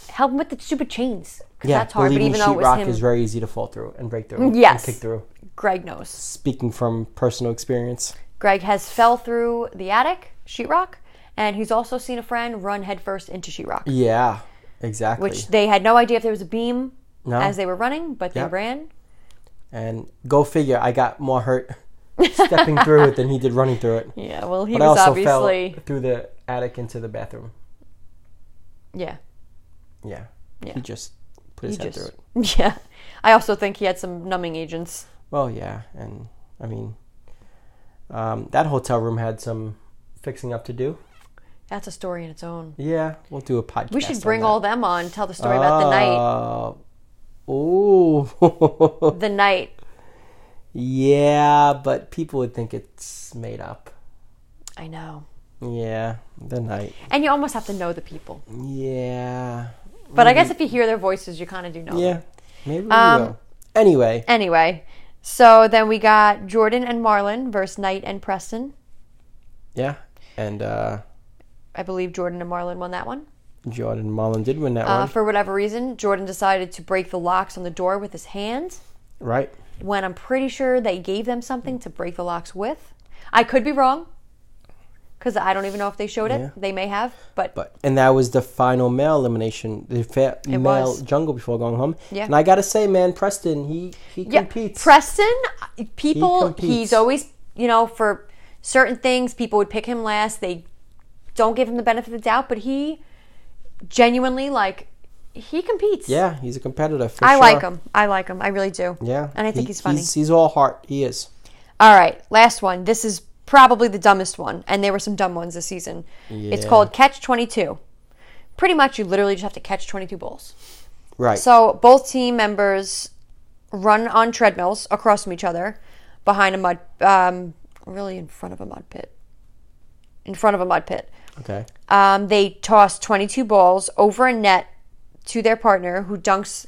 help him with the stupid chains. 'cause yeah, that's hard. But believing even though it was sheetrock him, is very easy to fall through and break through. Yes. and kick through. Greg knows. Speaking from personal experience, Greg has fell through the attic sheetrock, and he's also seen a friend run headfirst into sheetrock, yeah, exactly. which they had no idea if there was a beam No. as they were running, but Yeah. they ran. and go figure, I got more hurt stepping through it than he did running through it. Yeah, well, he But I was also obviously fell through the attic into the bathroom. yeah, Yeah, Yeah. he just put his he head just through it. yeah. I also think he had some numbing agents. Well, yeah, and I mean, um, that hotel room had some fixing up to do. That's a story in its own. Yeah, we'll do a podcast. We should bring all them on, tell the story oh. about the night. Oh, The night. yeah, but people would think it's made up. I know. Yeah, the night. And you almost have to know the people. Yeah, But I guess if you hear their voices, you kind of do know. them. Mm-hmm. yeah. Maybe we Um, will. Anyway, Anyway, so then we got Jordan and Marlon versus Knight and Preston. yeah, and uh, I believe Jordan and Marlon won that one. Jordan Mullen did win that Uh, one, for whatever reason, Jordan decided to break the locks on the door with his hand right? when I'm pretty sure they gave them something to break the locks with. I could be wrong because I don't even know if they showed it. Yeah. They may have, but, But and that was the final male elimination, the fa- male was. jungle before going home. Yeah. And I gotta say, man, Preston, he he yeah, competes. Preston, uh, people, competes. he's always, you know, for certain things, people would pick him last. They don't give him the benefit of the doubt, but he genuinely, like, he competes. yeah, he's a competitor. For I sure. like him. I like him. I really do. Yeah, And I think he- he's funny. He's, all heart. He is. All right, last one. This is probably the dumbest one, and there were some dumb ones this season. It's Yeah. called Catch 22. Pretty much, you literally just have to catch 22 balls. Right. So, both team members run on treadmills across from each other behind a mud, um, really in front of a mud pit. In front of a mud pit. okay. Um, they toss 22 balls over a net to their partner, who dunks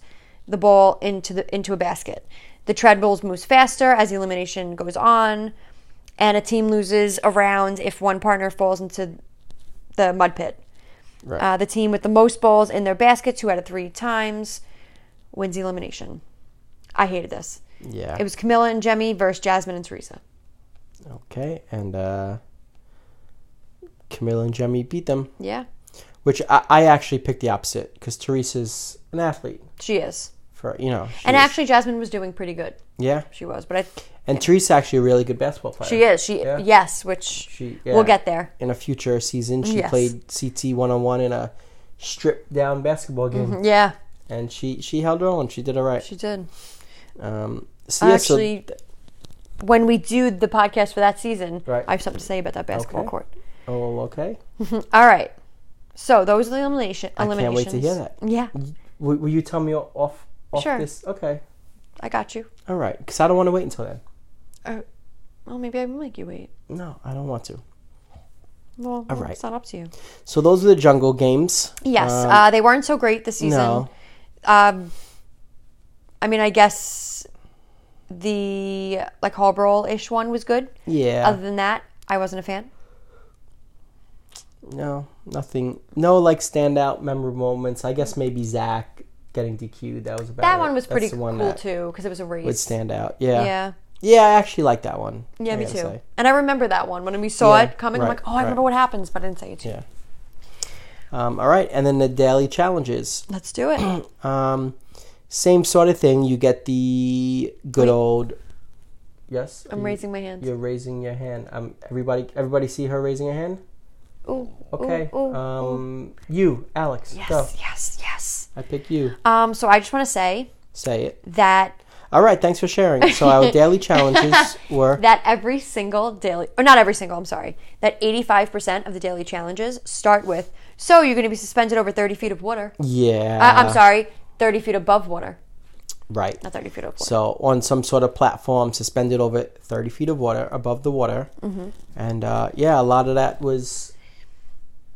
the ball into the into a basket. The treadmills moves faster as the elimination goes on, and a team loses a round if one partner falls into the mud pit. Right. Uh, the team with the most balls in their basket, two out of three times, wins the elimination. I hated this. yeah. It was Camilla and Jemmy versus Jasmine and Teresa. okay. And uh, Camille and Jemmy beat them, Yeah, which I, I actually picked the opposite because Teresa's an athlete. she is. For you know, she And is- actually, Jasmine was doing pretty good. yeah, She was, but I and Teresa's actually a really good basketball player. She is. She Yeah. yes, which She- yeah. we'll get there. in a future season. She Yes. played CT one on one in a stripped down basketball game, Yeah, and she she held her own. She did all right. she did. Um, so I yeah, so- actually, when we do the podcast for that season, Right. I have something to say about that basketball Okay. court. oh, okay. All right. So those are the elimination. I can't wait to hear that. Yeah, Will, will you tell me off off Sure. this? Okay. I got you. Uh, All right, because I don't want to wait until then. Well, maybe I will make you wait. No, I don't want to. Well, All right. it's not up to you. So those are the jungle games. Yes, Um, uh, they weren't so great this season. no. Um, I mean, I guess the like Hall Brawl ish one was good. yeah. Other than that, I wasn't a fan. no, nothing. No, like standout memorable moments. I guess maybe Zach getting DQ'd. That was about That it. one was That's pretty the one cool that too because it was a race. Would stand out. Yeah. Yeah. Yeah, I actually like that one. Yeah, I me too. gotta say. And I remember that one when we saw Yeah, it coming. I'm right, like, oh, I right. remember what happens, but I didn't say it to you. Yeah. Um, all right, and then the daily challenges. Let's do it. Um, same sort of thing. You get the good Wait. old. Yes. I'm You- raising my hand. You're raising your hand. Um, everybody, everybody, see her raising her hand. Ooh, Okay. Ooh, ooh, ooh. um, you, Alex. Yes, Go. yes, yes. I pick you. Um, so I just want to say Say it. that All right. Thanks for sharing. So our daily challenges were that every single daily, or not every single, I'm sorry, that 85% of the daily challenges start with, so you're going to be suspended over 30 feet of water. yeah. I- I'm sorry, 30 feet above water. Right. not 30 feet of water. So on some sort of platform suspended over 30 feet of water above the water. Mm-hmm. And uh, yeah, a lot of that was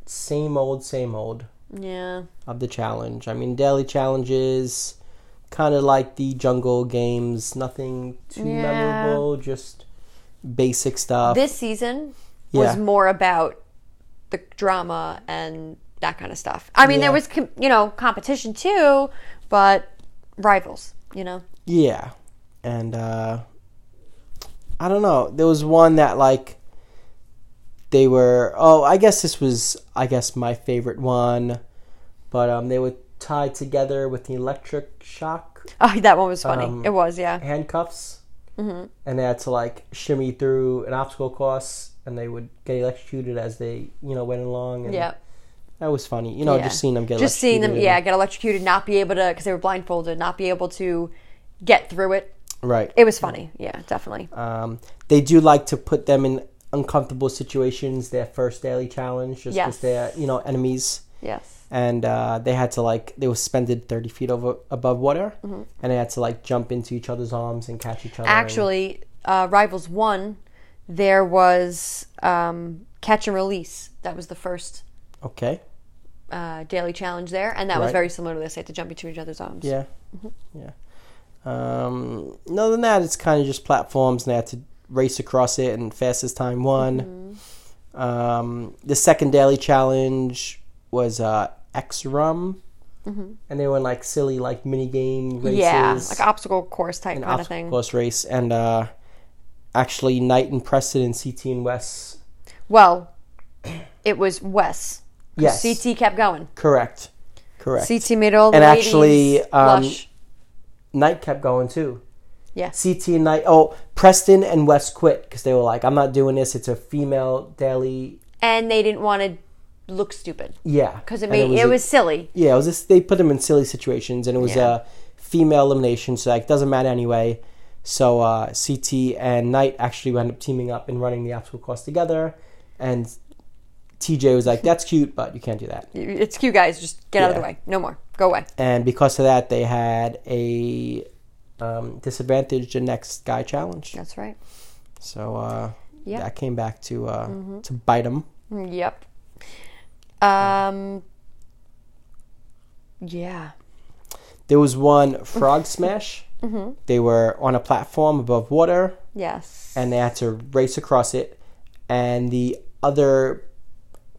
same old, same old yeah. of the challenge. I mean, daily challenges, kind of like the jungle games, nothing too Yeah. memorable, just basic stuff. This season Yeah. was more about the drama and that kind of stuff. I mean, Yeah. there was, com- you know, competition too, but rivals, you know? Yeah. And uh I don't know. There was one that like they were oh, I guess this was I guess my favorite one. But um they were tied together with the electric shock Oh, that one was funny. Um, it was, yeah. handcuffs. Mm-hmm. And they had to like shimmy through an obstacle course and they would get electrocuted as they, you know, went along and Yeah. that was funny. You know, yeah. Oh, just seeing them get Just seeing them, electrocuted. yeah, get electrocuted, not be able to, because they were blindfolded, not be able to get through it. Right. It was funny. Yeah, definitely. Um, they do like to put them in uncomfortable situations. Their first daily challenge, just because Yes. they're you know enemies, Yes. and uh, they had to like they were suspended thirty feet over above water, Mm-hmm. and they had to like jump into each other's arms and catch each other. and- Actually, uh, Rivals 1, there was um, catch and release. That was the first okay, uh, daily challenge there, and that Right. was very similar to this. They had to jump into each other's arms. yeah, Mm-hmm. yeah. Um, other than that, it's kind of just platforms, and they had to race across it, and fastest time won. Mm-hmm. Um, the second daily challenge was uh, X Rum. And they were in like silly, like mini game races. Mm-hmm. Yeah, like obstacle course type an kind of obstacle thing. course race, and uh, actually Knight and Preston and CT and West. Well, it was Wes. 'Cause Yes, CT kept going. correct, correct. CT made all the And ladies actually, um, blush. Knight kept going too. Yeah. CT and Knight. Oh, Preston and West quit because they were like, "I'm not doing this. It's a female daily." and they didn't want to look stupid Yeah, because it And made it was, a- silly. yeah, it was just they put them in silly situations, and it was Yeah. a female elimination, so like doesn't matter anyway. So uh, CT and Knight actually wound up teaming up and running the obstacle course together, and TJ was like, "That's cute, but you can't do that." It's cute, guys. Just get out of the Yeah. way. No more. Go away. and because of that, they had a um, disadvantage the next guy challenge. That's right. So uh, Yeah. that came back to uh, to bite them. Yep. Um. Yeah. There was one frog smash. They were on a platform above water, Yes. and they had to race across it. And the other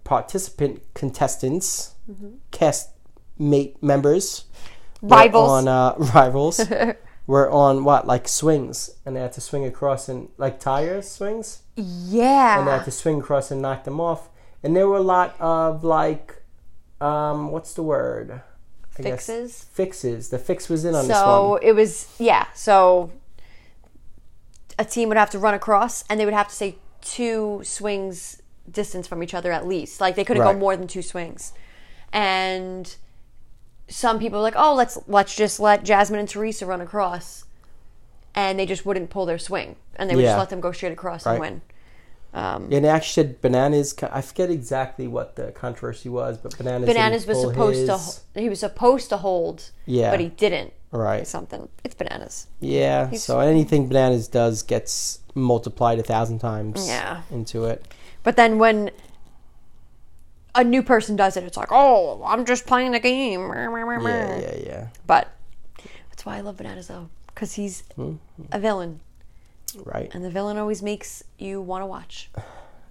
participant contestants, cast mate members, were Rivals. on uh, rivals were on what like swings, and they had to swing across and like tire swings. yeah. and Ah. they had to swing across and knock them off. And there were a lot of like, um, what's the word? I guess- Fixes? Fixes. The fix was in on this So one. it was yeah. So a team would have to run across, and they would have to say two swings distance from each other at least. Like they couldn't Right. go more than two swings. And some people were like, oh, let's let's just let Jasmine and Teresa run across, and they just wouldn't pull their swing, and they would Yeah. just let them go straight across Right. and win. And they actually said bananas. co- I forget exactly what the controversy was, but bananas. didn't Bananas was pull supposed to his- to he was supposed to hold, Yeah. but he didn't. Right. Something. It's bananas. Yeah. So anything bananas does gets multiplied a thousand times. Yeah. Into it. But then when a new person does it, it's like, oh, I'm just playing the game. Yeah. Yeah. Yeah. But that's why I love Bananas though, because he's Mm-hmm. a villain, Right. and the villain always makes you want to watch.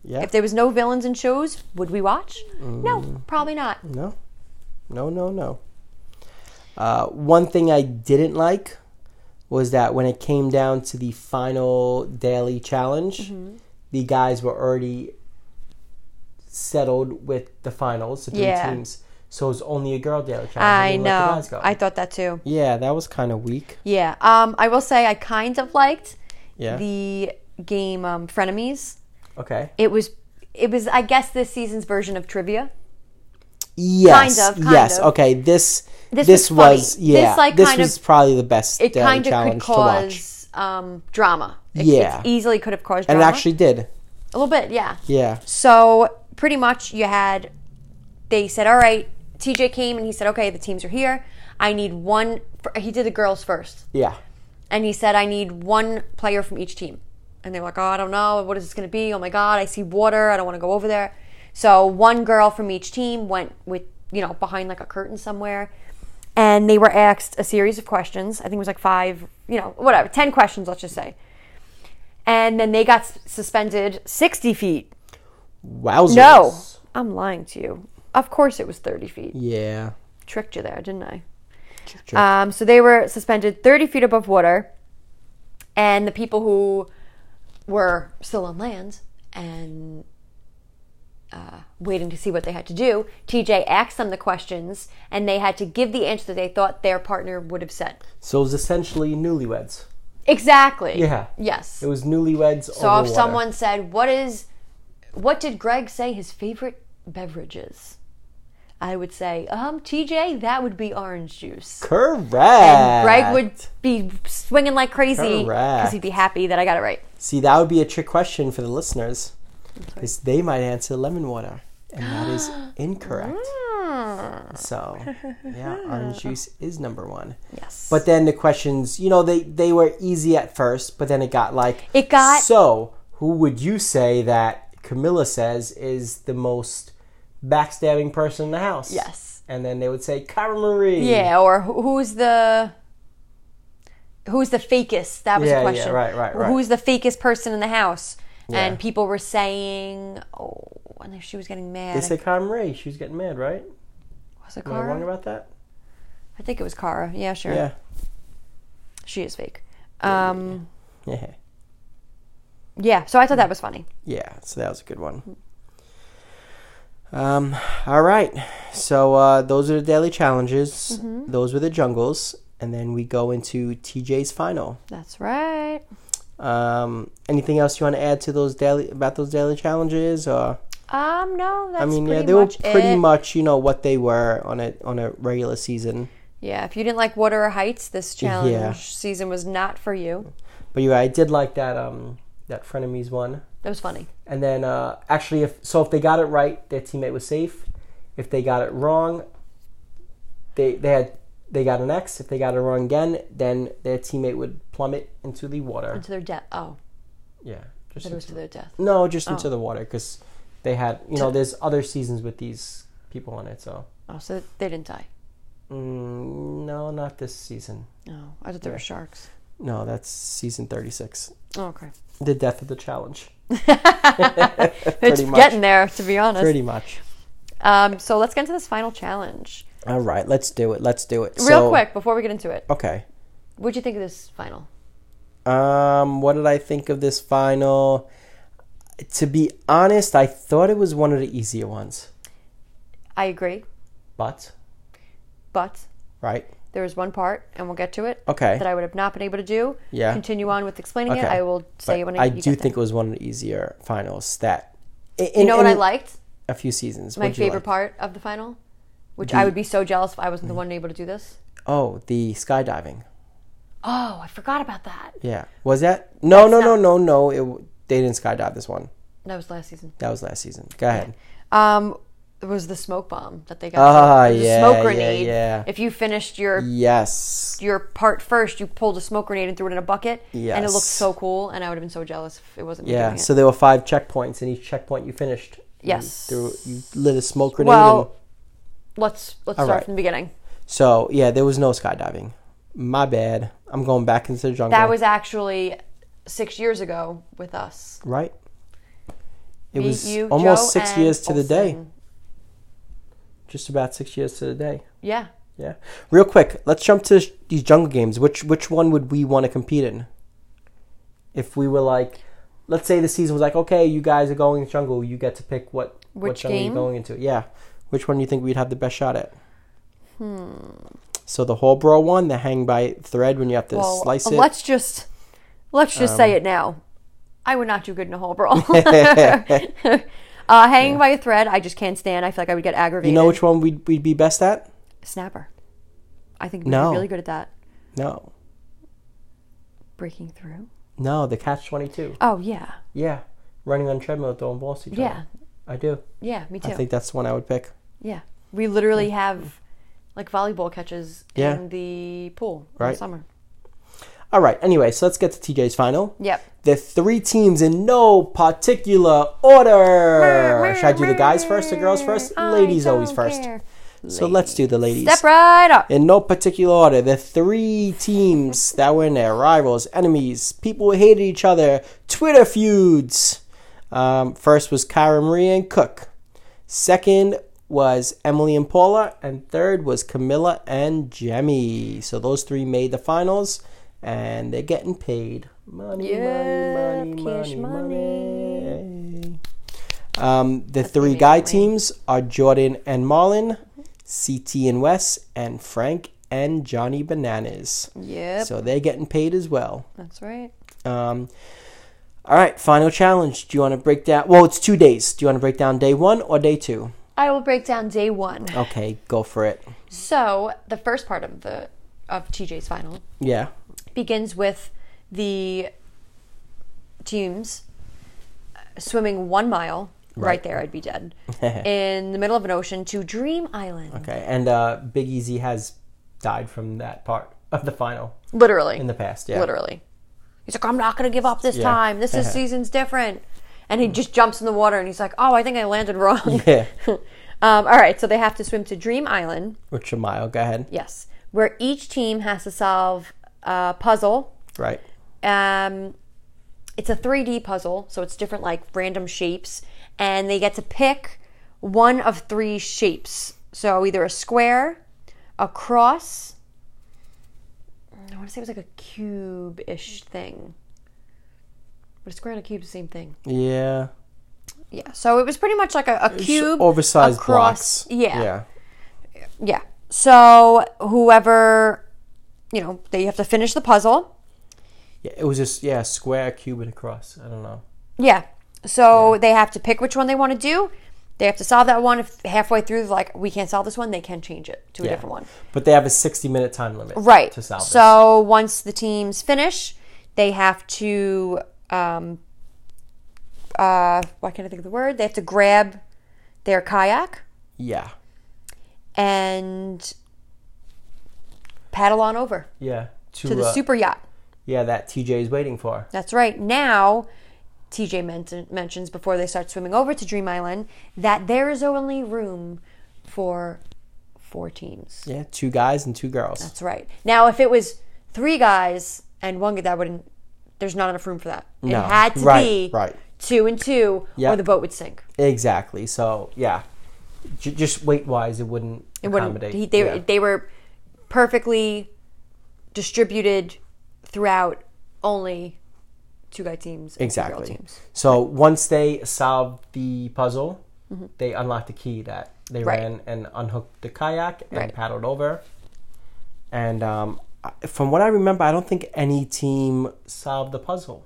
Yeah. If there was no villains in shows, would we watch? Mm-hmm. No, probably not. No, no, no, no. Uh, one thing I didn't like was that when it came down to the final daily challenge, Mm-hmm. the guys were already settled with the finals, the three Yeah. teams. So it was only a girl daily challenge. They I didn't let the know. guys go. I thought that too. yeah, that was kind of weak. Yeah. Um, I will say I kind of liked Yeah. the game um, Frenemies. Okay. It was, it was, I guess, this season's version of trivia. Yes. of, kind yes. of. Okay. This. This, This was, was funny. yeah. This, like, this kind was of- probably the best it daily kind of could challenge to watch, cause um, drama. It, Yeah. it easily could have caused and drama. it actually did. a little bit, yeah. Yeah. So pretty much, you had they said, "All right." TJ came and he said, "Okay, the teams are here. I need one. He did the girls first, Yeah. and he said, I need one player from each team. And they were like, oh, I don't know. What is this going to be? Oh my God, I see water. I don't want to go over there. So one girl from each team went with, you know, behind like a curtain somewhere. And they were asked a series of questions. I think it was like five, you know, whatever, 10 questions, let's just say. And then they got s- suspended 60 feet. Wowzers. No, I'm lying to you. Of course it was 30 feet. Yeah. Tricked you there, didn't I? Sure, sure. Um, so they were suspended 30 feet above water, and the people who were still on land and uh, waiting to see what they had to do, TJ asked them the questions, and they had to give the answer that they thought their partner would have said. so it was essentially newlyweds. Exactly. Yeah. Yes. It was newlyweds. So over if water. someone said, "What is, what did Greg say his favorite beverages?" I would say, "Um, TJ, that would be orange juice." Correct. and Greg would be swinging like crazy because Correct. he'd be happy that I got it right. See, that would be a trick question for the listeners. Because they might answer lemon water. And that is incorrect. Hmm. So, yeah, orange juice is number one. Yes, But then the questions, you know, they, they were easy at first, but then it got like. It got- So, who would you say that Camilla says is the most backstabbing person in the house? Yes. And then they would say, Carla Marie. yeah. Or who- who's the who's the fakest? That was Yeah, a yeah, question. right, right, right. Who's the fakest person in the house? Yeah. And people were saying, "Oh," and she was getting mad. They said Carla Marie. She was getting mad, right? was it Am I wrong Cara? about that? I think it was Cara. Yeah, sure. Yeah. She is fake. Um, Yeah. yeah. So I thought Hmm. that was funny. Yeah, so that was a good one. Um, all right. So uh, those are the daily challenges. Mm-hmm. Those were the jungles, and then we go into TJ's final. That's right. Um, anything else you want to add to those daily about those daily challenges? Or Um, no, that's I mean, pretty yeah, they were much pretty it. much you know what they were on a on a regular season. Yeah, if you didn't like Water or Heights, this challenge Yeah. season was not for you. But yeah, I did like that um that frenemies one. It was funny. And then uh, actually, if so, if they got it right, their teammate was safe. If they got it wrong, they they had they got an X. If they got it wrong again, then their teammate would plummet into the water. To their death. Oh, Yeah, just that it was to into, their death. no, just Oh. into the water because they had you know there's other seasons with these people on it. So Oh, so they didn't die. mm, no, not this season. Oh, I thought they were sharks. No, that's season thirty six. Oh, okay. The death of the challenge. It's Pretty much. getting there, to be honest. Pretty much. Um, so let's get into this final challenge. All right, let's do it. Let's do it. Real So- quick, before we get into it, Okay. what'd you think of this final? Um, what did I think of this final? To be honest, I thought it was one of the easier ones. I agree, But but right, there was one part, and we'll get to it, okay, that I would have not been able to do. Yeah. Continue on with explaining it. Okay. I will say But it when I, I, you do get think it was one of the easier finals. That in, there. You know what I liked? A few seasons. My What'd you favorite like? Mm. part of the final, which I would be so jealous if I wasn't the one able to do this. Oh, the skydiving. Oh, I forgot about that. Yeah, was that? No, no, not- no, no, no. It w- they didn't skydive this one. That was last season. That was last season. Go ahead. Um, it was the smoke bomb that they got. Ah, It was a yeah, smoke yeah, grenade. yeah. If you finished your Yes. your part first, you pulled a smoke grenade and threw it in a bucket, and it Yes. looked so cool. And I would have been so jealous if it wasn't. me Yeah. doing it. So there were five checkpoints, and each checkpoint you finished. Yes. You, threw, you lit a smoke grenade. well, and- let's let's All start right. from the beginning. So yeah, there was no skydiving. My bad. I'm going back into the jungle. That was actually six years ago with us. right. It Me, was you, almost Joe, six and years to the day. Olsen. Just about six years to the day. Yeah. Yeah. Real quick, let's jump to sh- these jungle games. Which which one would we want to compete in? If we were like, let's say the season was like, okay, you guys are going in jungle. You get to pick what what Which jungle game? you're going into. Yeah. Which one do you think we'd have the best shot at? Hmm. Hmm. So the whole bro one, the hang by thread when you have to Well, slice it. Um, let's just let's just say it now. I would not do good in a whole brawl. uh, hanging by a thread, I just can't stand. I feel like I would get aggravated. you know which one we'd, we'd be best at? snapper. I think we'd No. be really good at that. No. Breaking through. No, the catch twenty two. Oh yeah, Yeah, running on treadmill, throwing balls to each yeah, other. I do. yeah. Me too. I think that's the one I would pick. yeah, we literally have like volleyball catches Yeah. in the pool in Right. the summer. All right. Anyway, so let's get to TJ's final. Yep. The three teams in no particular order. Should I do the guys first, the girls first, ladies always first? So let's do the ladies. Step right up. in no particular order, the three teams that were in there rivals, enemies, people who hated each other, Twitter feuds. Um, first was Kyra Marie and Cook. Second was Emily and Paula. And third was Camilla and Jemmy. So those three made the finals and they're getting paid. Money, Yep, money, money, cash money, money. money. Um, the three guy teams are Jordan and Marlon, CT and Wes, and Frank and Johnny Bananas. Yep. So they're getting paid as well. That's right. Um, all right, final challenge. Do you want to break down? Well, it's two days. Do you want to break down day one or day two? I will break down day one. Okay, go for it. So the first part of the of TJ's final Yeah. begins with the teams uh, swimming one mile. Right, there, I'd be dead. in the middle of an ocean to Dream Island. Okay, and uh, Big Easy has died from that part of the final Literally. in the past. Yeah. Literally. He's like, I'm not going to give up this Yeah. Mm. time. This is season's different. And he just jumps in the water and he's like, oh, I think I landed wrong. Yeah. Um, all right, so they have to swim to Dream Island. Which a mile? Go ahead. Yes. Where each team has to solve a puzzle. Right. Um, it's a 3D puzzle, so it's different, like random shapes. And they get to pick one of three shapes. So either a square, a cross, I want to say it was like a cube ish thing. But a square and a cube is the same thing. Yeah. Yeah. So it was pretty much like a, a cube. Oversized a cross. blocks. Yeah. Yeah. Yeah. So whoever, you know, they have to finish the puzzle. Yeah, it was just yeah, square, cube, and a cross. I don't know. Yeah. So they have to pick which one they want to do. They have to solve that one. If halfway through, they're like we can't solve this one, they can change it to a Yeah. different one. But they have a sixty-minute time limit, Right. To solve this. so once the teams finish, they have to. Um, uh, why can't I think of the word? They have to grab their kayak Yeah. and paddle on over Yeah. To, to the uh, super yacht. yeah, that TJ is waiting for. That's right. Now, TJ men- mentions before they start swimming over to Dream Island that there is only room for four teams. Yeah, two guys and two girls. That's right. Now, if it was three guys and one guy, that wouldn't. There's not enough room for that. No. It had to Right, be right. two and two, Yeah. or the boat would sink. Exactly. So yeah, J- just weight-wise, it wouldn't It wouldn't. accommodate. He, they yeah. they were perfectly distributed throughout only two guy teams. And two girl exactly. teams. So once they solved the puzzle, they unlocked the key that they Mm-hmm. Right. ran and unhooked the kayak and Right. paddled over. And um, I- from what I remember, I don't think any team solved the puzzle,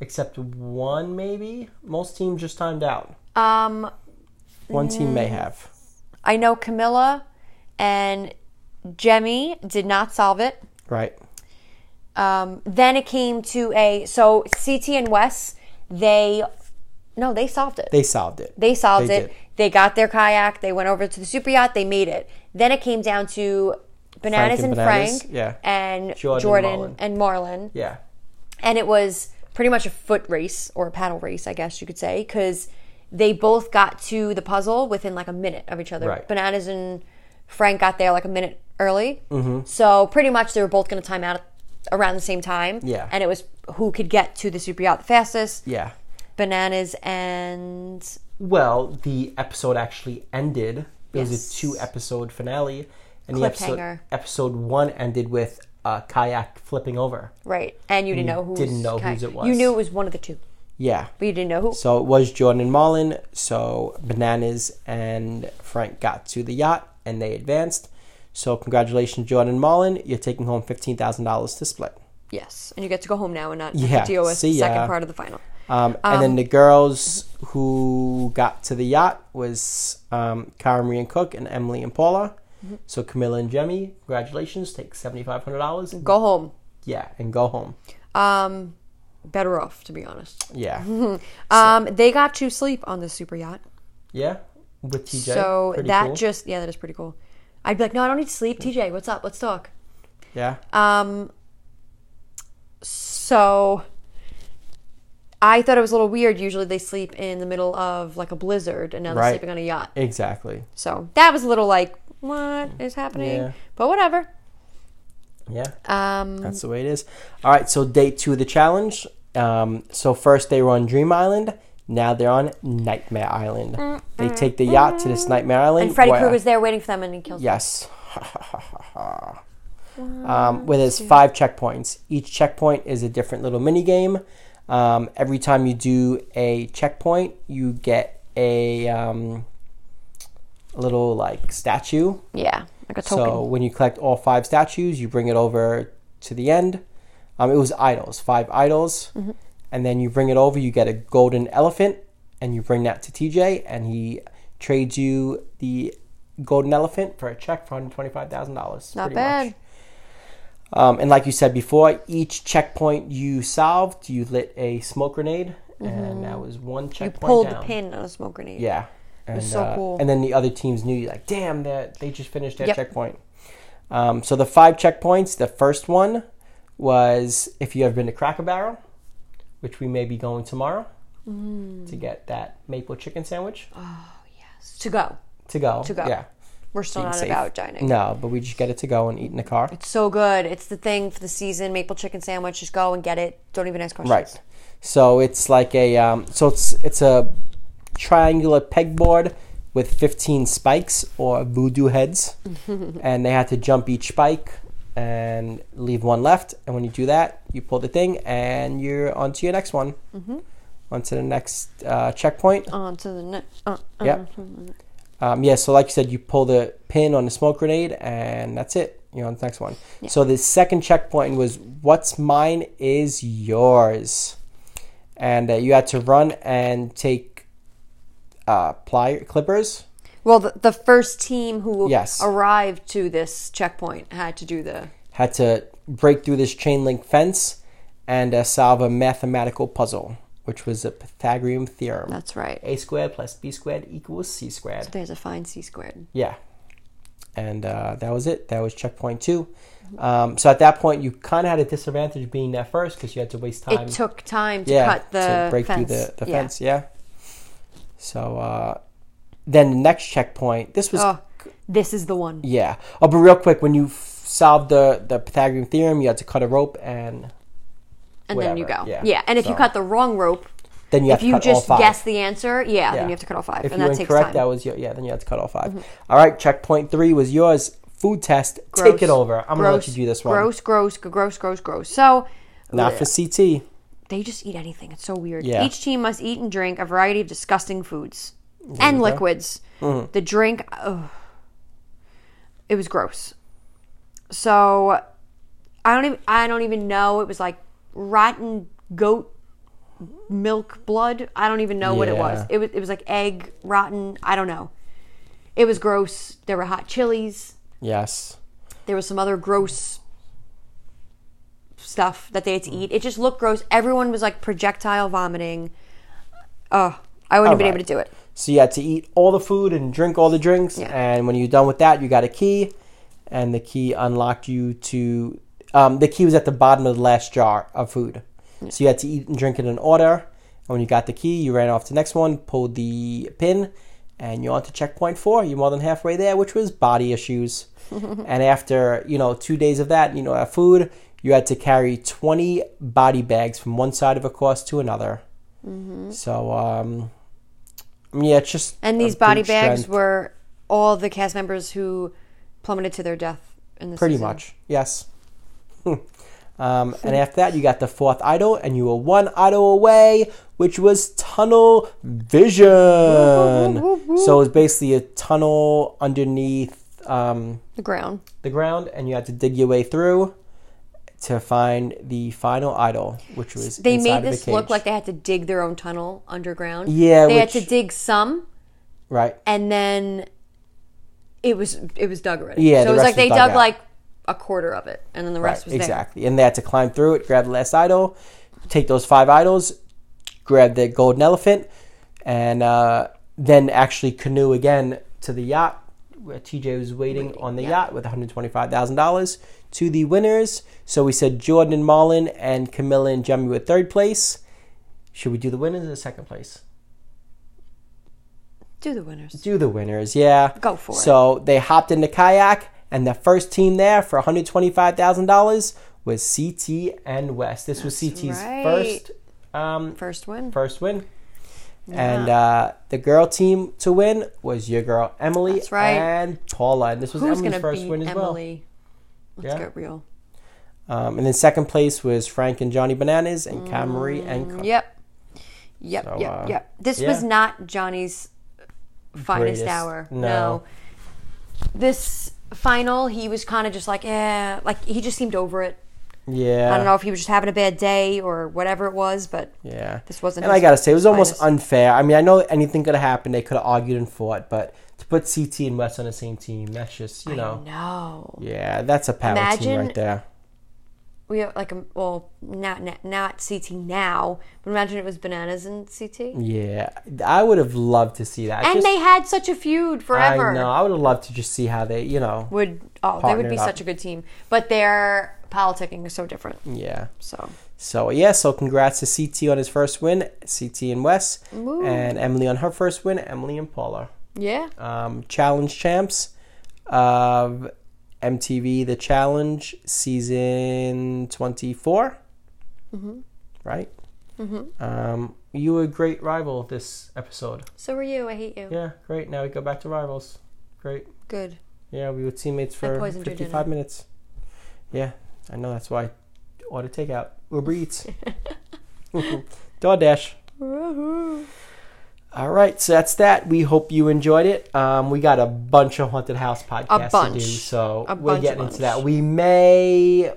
except one maybe. Most teams just timed out. Um, One team may Mm. have. I know Camilla and Jemmy did not solve it. Right. Um, then it came to a so CT and Wes they no they solved it. They, They solved it. solved they it. did. They got their kayak. They went over to the super yacht. They made it. Then it came down to bananas and and, Bananas, Frank yeah. and Jordan Jordan, Marlin. and Marlon yeah. and it was pretty much a foot race or a paddle race, I guess you could say, because they both got to the puzzle within like a minute of each other. Right. Bananas and Frank got there like a minute early, Mm-hmm. so pretty much they were both going to time out around the same time. Yeah. and it was who could get to the super yacht the fastest. Yeah. Bananas and Well, the episode actually ended. It was Yes. a two episode finale. And the episode, Cliffhanger. episode one ended with a kayak flipping over. right, and you didn't know who didn't know whose it was. You knew it was one of the two, Yeah. but you didn't know who. So it was Jordan and Marlin. So Bananas and Frank got to the yacht and they advanced. So congratulations, Jordan and Marlin. You're taking home $15,000 to split. Yes, and you get to go home now and not Yeah, have to deal with see the second ya. part of the final. Um, and then the girls who got to the yacht was um, Cara Marie and Cook and Emily and Paula. Mm-hmm. So Camilla and Jemmy, congratulations, take seventy five hundred dollars. Go home. Yeah, and go home. Um, better off to be honest. Yeah, Um, they got to sleep on the super yacht, yeah, with TJ. so Pretty that cool. just yeah, that is pretty cool. I'd be like, no, I don't need to sleep. TJ, what's up? Let's talk. Yeah. Um, so I thought it was a little weird. Usually they sleep in the middle of like a blizzard, and now they're Right. sleeping on a yacht. exactly. So that was a little like, what is happening? Yeah. But whatever. Yeah. Um, That's the way it is. All right, so day two of the challenge. Um, so first they were on Dream Island. Now they're on Nightmare Island. They take the yacht to this Nightmare Island. Mm, and Freddy where- Krueger's there waiting for them, and he kills. Yes. um, where there's five checkpoints. Each checkpoint is a different little mini game. Um, every time you do a checkpoint, you get a, um, a little like statue. them. Yeah, like a token. So when you collect all five statues, you bring it over to the end. Um, it was idols, five idols, Mm-hmm. and then you bring it over. You get a golden elephant, and you bring that to TJ, and he trades you the golden elephant for a check for one hundred twenty-five thousand dollars. Not bad. Um, and like you said before, each checkpoint you solved, you lit a smoke grenade, and that was one checkpoint. Mm-hmm. Pulled down. the pin on a smoke grenade. Yeah. And, was so uh, cool. and then the other teams knew you like, damn, that they just finished their Yep. checkpoint. Um, so the five checkpoints, the first one was if you have been to Cracker Barrel, which we may be going tomorrow Mm. to get that maple chicken sandwich To go. to go. Uh, To go. Yeah. We're still Being not safe. about dining. No, but we just get it to go and eat in the car. So good. It's the thing for the season. Maple chicken sandwich. Just go and get it. Don't even ask questions. Right. So it's like a um, so it's it's a triangular pegboard with 15 spikes or voodoo heads, and they had to jump each spike and leave one left. And when you do that, you pull the thing, and you're on to your next one, mm-hmm. on to the next uh, checkpoint. On to the next. Uh, uh. Yep. Um, yeah, so like you said, you pull the pin on the smoke grenade, and that's it. You're on the next one. So the second checkpoint was what's mine is yours. And uh, you had to run and take uh, plier clippers. Well, the, the first team who Yes. arrived to this checkpoint had to do the. had to break through this chain link fence and uh, solve a mathematical puzzle, which was a Pythagorean theorem. That's right. A squared plus B squared equals C squared. There's a fine C squared. Yeah. And uh, that was it. That was checkpoint two. Um, so at that point, you kind of had a disadvantage being there first because you had to waste It time. took time to yeah, cut the to break fence. through the, the Yeah. fence. Yeah. So uh, then the next checkpoint. This was Oh, this is the one. yeah. Oh, but real quick, when you f- solved the the Pythagorean theorem, you had to cut a rope, and and then you go. whatever, Yeah. yeah. And if you So- cut the wrong rope, then you have if to you cut all just five. guess the answer, yeah, then Yeah. you have to cut all five, If and you that were takes incorrect, time. Mm-hmm. that was your yeah. Then you had to cut all 5 All right, checkpoint three was yours. Food test. Take it over. I'm gonna let you do this one. Gross, gross, g- gross, gross, gross. So Not for CT. they just eat anything. It's so weird. Yeah. Each team must eat and drink a variety of disgusting foods and liquids. Mm-hmm. The drink, ugh. it was gross. So I don't even I don't even know. It was like rotten goat milk blood. I don't even know what it was. Yeah. It was it was like egg rotten. I don't know. It was gross. There were hot chilies. Yes. There was some other gross stuff that they had to Mm. eat. It just looked gross. Everyone was like projectile vomiting. Oh, I wouldn't have been Alright. able to do it. So you had to eat all the food and drink all the drinks. Yeah. And when you're done with that, you got a key, and the key unlocked you to. Um, the key was at the bottom of the last jar of food. So you had to eat and drink it in order. And when you got the key, you ran off to the next one, pulled the pin, and you're on to checkpoint four. You're more than halfway there, which was body issues. and after you know two days of that, you know, that food, you had to carry 20 body bags from one side of a course to another. So um, yeah, it's just And a these body brute bags strength, were all the cast members who plummeted to their death in the pretty season. much yes. um, and after that, you got the fourth idol, and you were one idol away, which was tunnel vision. so it was basically a tunnel underneath um, the ground. the ground, and you had to dig your way through to find the final idol, which was They inside made of a this look cage. like they had to dig their own tunnel underground. Yeah, they had to which- dig some, right. and then it was it was dug already. Yeah, so the it was rest was like they dug dug out. like a quarter of it, and then the Right, rest was there. exactly. And they had to climb through it, grab the last idol, take those five idols, grab the golden elephant, and uh, then actually canoe again to the yacht where TJ was waiting on the yeah. yacht with $125,000 to the winners. So we said Jordan and Marlon and Camilla and Jemmy were third place. Should we do the winners or second place? Do the winners. Do the winners, yeah. Go for it. So they hopped in the kayak, and the first team there for $125,000 was CT and West. This was CT's right. first um, First win. first win. And uh, the girl team to win was your girl Emily That's right. and Paula. And this was Who's Emily's gonna first beat win as Emily? Let's Yeah. get real. well. Um, and then second place was Frank and Johnny Bananas and Camry and Co- Yep. Yep. So, yep. uh, yep. This yeah. was not Johnny's finest Greatest. hour. No. No. This final, he was kind of just like, eh, like he just seemed over it. Yeah. I don't know if he was just having a bad day or whatever it was, but Yeah. This wasn't And his I gotta say, it was almost finest. unfair. I mean, I know anything could have happened. They could have argued and fought, but to put CT and West on the same team, that's just you know. no. Yeah, that's a power team Imagine- right there. We have like a well, not not, not CT now, but imagine it was bananas and CT. Yeah, I would have loved to see that. And Just- they had such a feud forever. I know. I would have loved to just see how they, you know. Would oh, they would Partnered be up. such a good team, but their politicking is so different. Yeah. So So yeah, so congrats to CT on his first win, CT and Wes, Woo. and Emily on her first win, Emily and Paula. yeah, Um, challenge champs of MTV The Challenge season twenty right? Mm-hmm. Um, you were a great rival this episode. so were you. I hate you. Yeah, great. Now we go back to rivals. Great. Good. Yeah, we were teammates for poisoned your 55 minutes. Yeah, I know that's why I order takeout. Uber Eats. DoorDash. All right, so that's that. We hope you enjoyed it. Um, we got a bunch of haunted house podcasts to bunch. do, so A we're bunch, getting bunch. into that. We may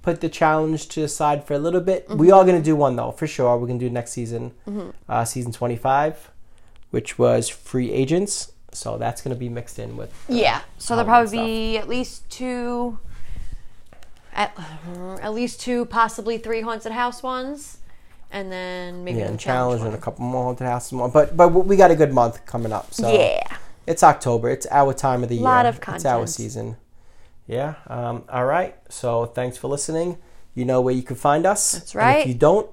put the challenge to the side for a little bit. Mm-hmm. We are going to do one though, for sure. We're going to do next season, uh, season twenty-five, which was free agents. So that's going to be mixed in with Yeah. So there'll Halloween probably be at least two, at, at least two, possibly three haunted house ones, and then maybe yeah, a and challenge. challenge and a couple more haunted houses more. But but we got a good month coming up. So one. yeah. It's October. It's our time of the year. Lot of It's our content. season. Yeah. Um, all right. So thanks for listening. You know where you can find us. That's right. if you don't,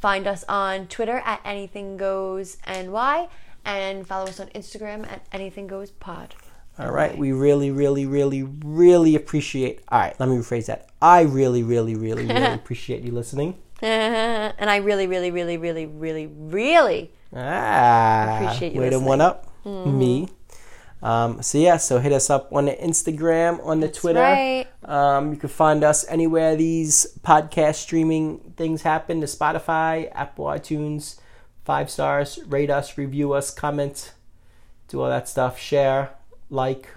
Find us on Twitter at Anything Goes NY, and follow us on Instagram at Anything Goes Pod. all right. We really, really, really, really appreciate. All right. Let me rephrase that. I really, really, really, really appreciate you listening. and I really, really, really, really, really, really Ah. Appreciate you Way to listening. Mm-hmm. one up me. Um, so yeah, so hit us up on the Instagram, on the Twitter. right. Um, you can find us anywhere these podcast streaming things happen to Spotify, Apple iTunes, five stars, rate us, review us, comment, do all that stuff, share, like,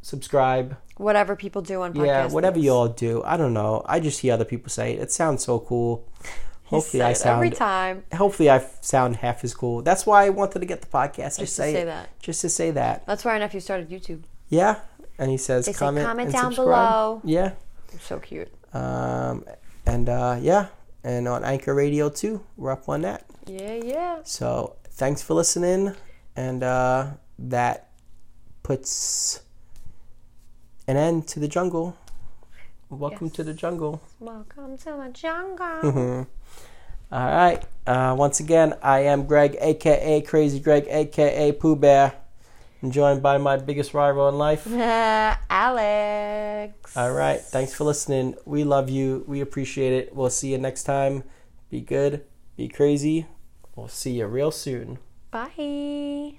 subscribe. whatever people do on podcasts. yeah, whatever you all do. I don't know. I just hear other people say it. It sounds so cool. Hopefully I sound every time. hopefully I f- sound half as cool. That's why I wanted to get the podcast. Just, to say, say it. that. Just to say that. That's where our nephew started YouTube. Yeah. And he says They say, comment "Comment and down subscribe." below. Yeah. So cute. Um, and uh, yeah, and on Anchor Radio too, we're up on that. Yeah, yeah. So thanks for listening, and uh, that puts an end to the jungle. Welcome to the jungle. Welcome to the jungle. All right. Uh, once again, I am Greg, aka Crazy Greg, aka Pooh Bear. I'm joined by my biggest rival in life. Alex. All right. Thanks for listening. We love you. We appreciate it. We'll see you next time. Be good. Be crazy. We'll see you real soon. Bye.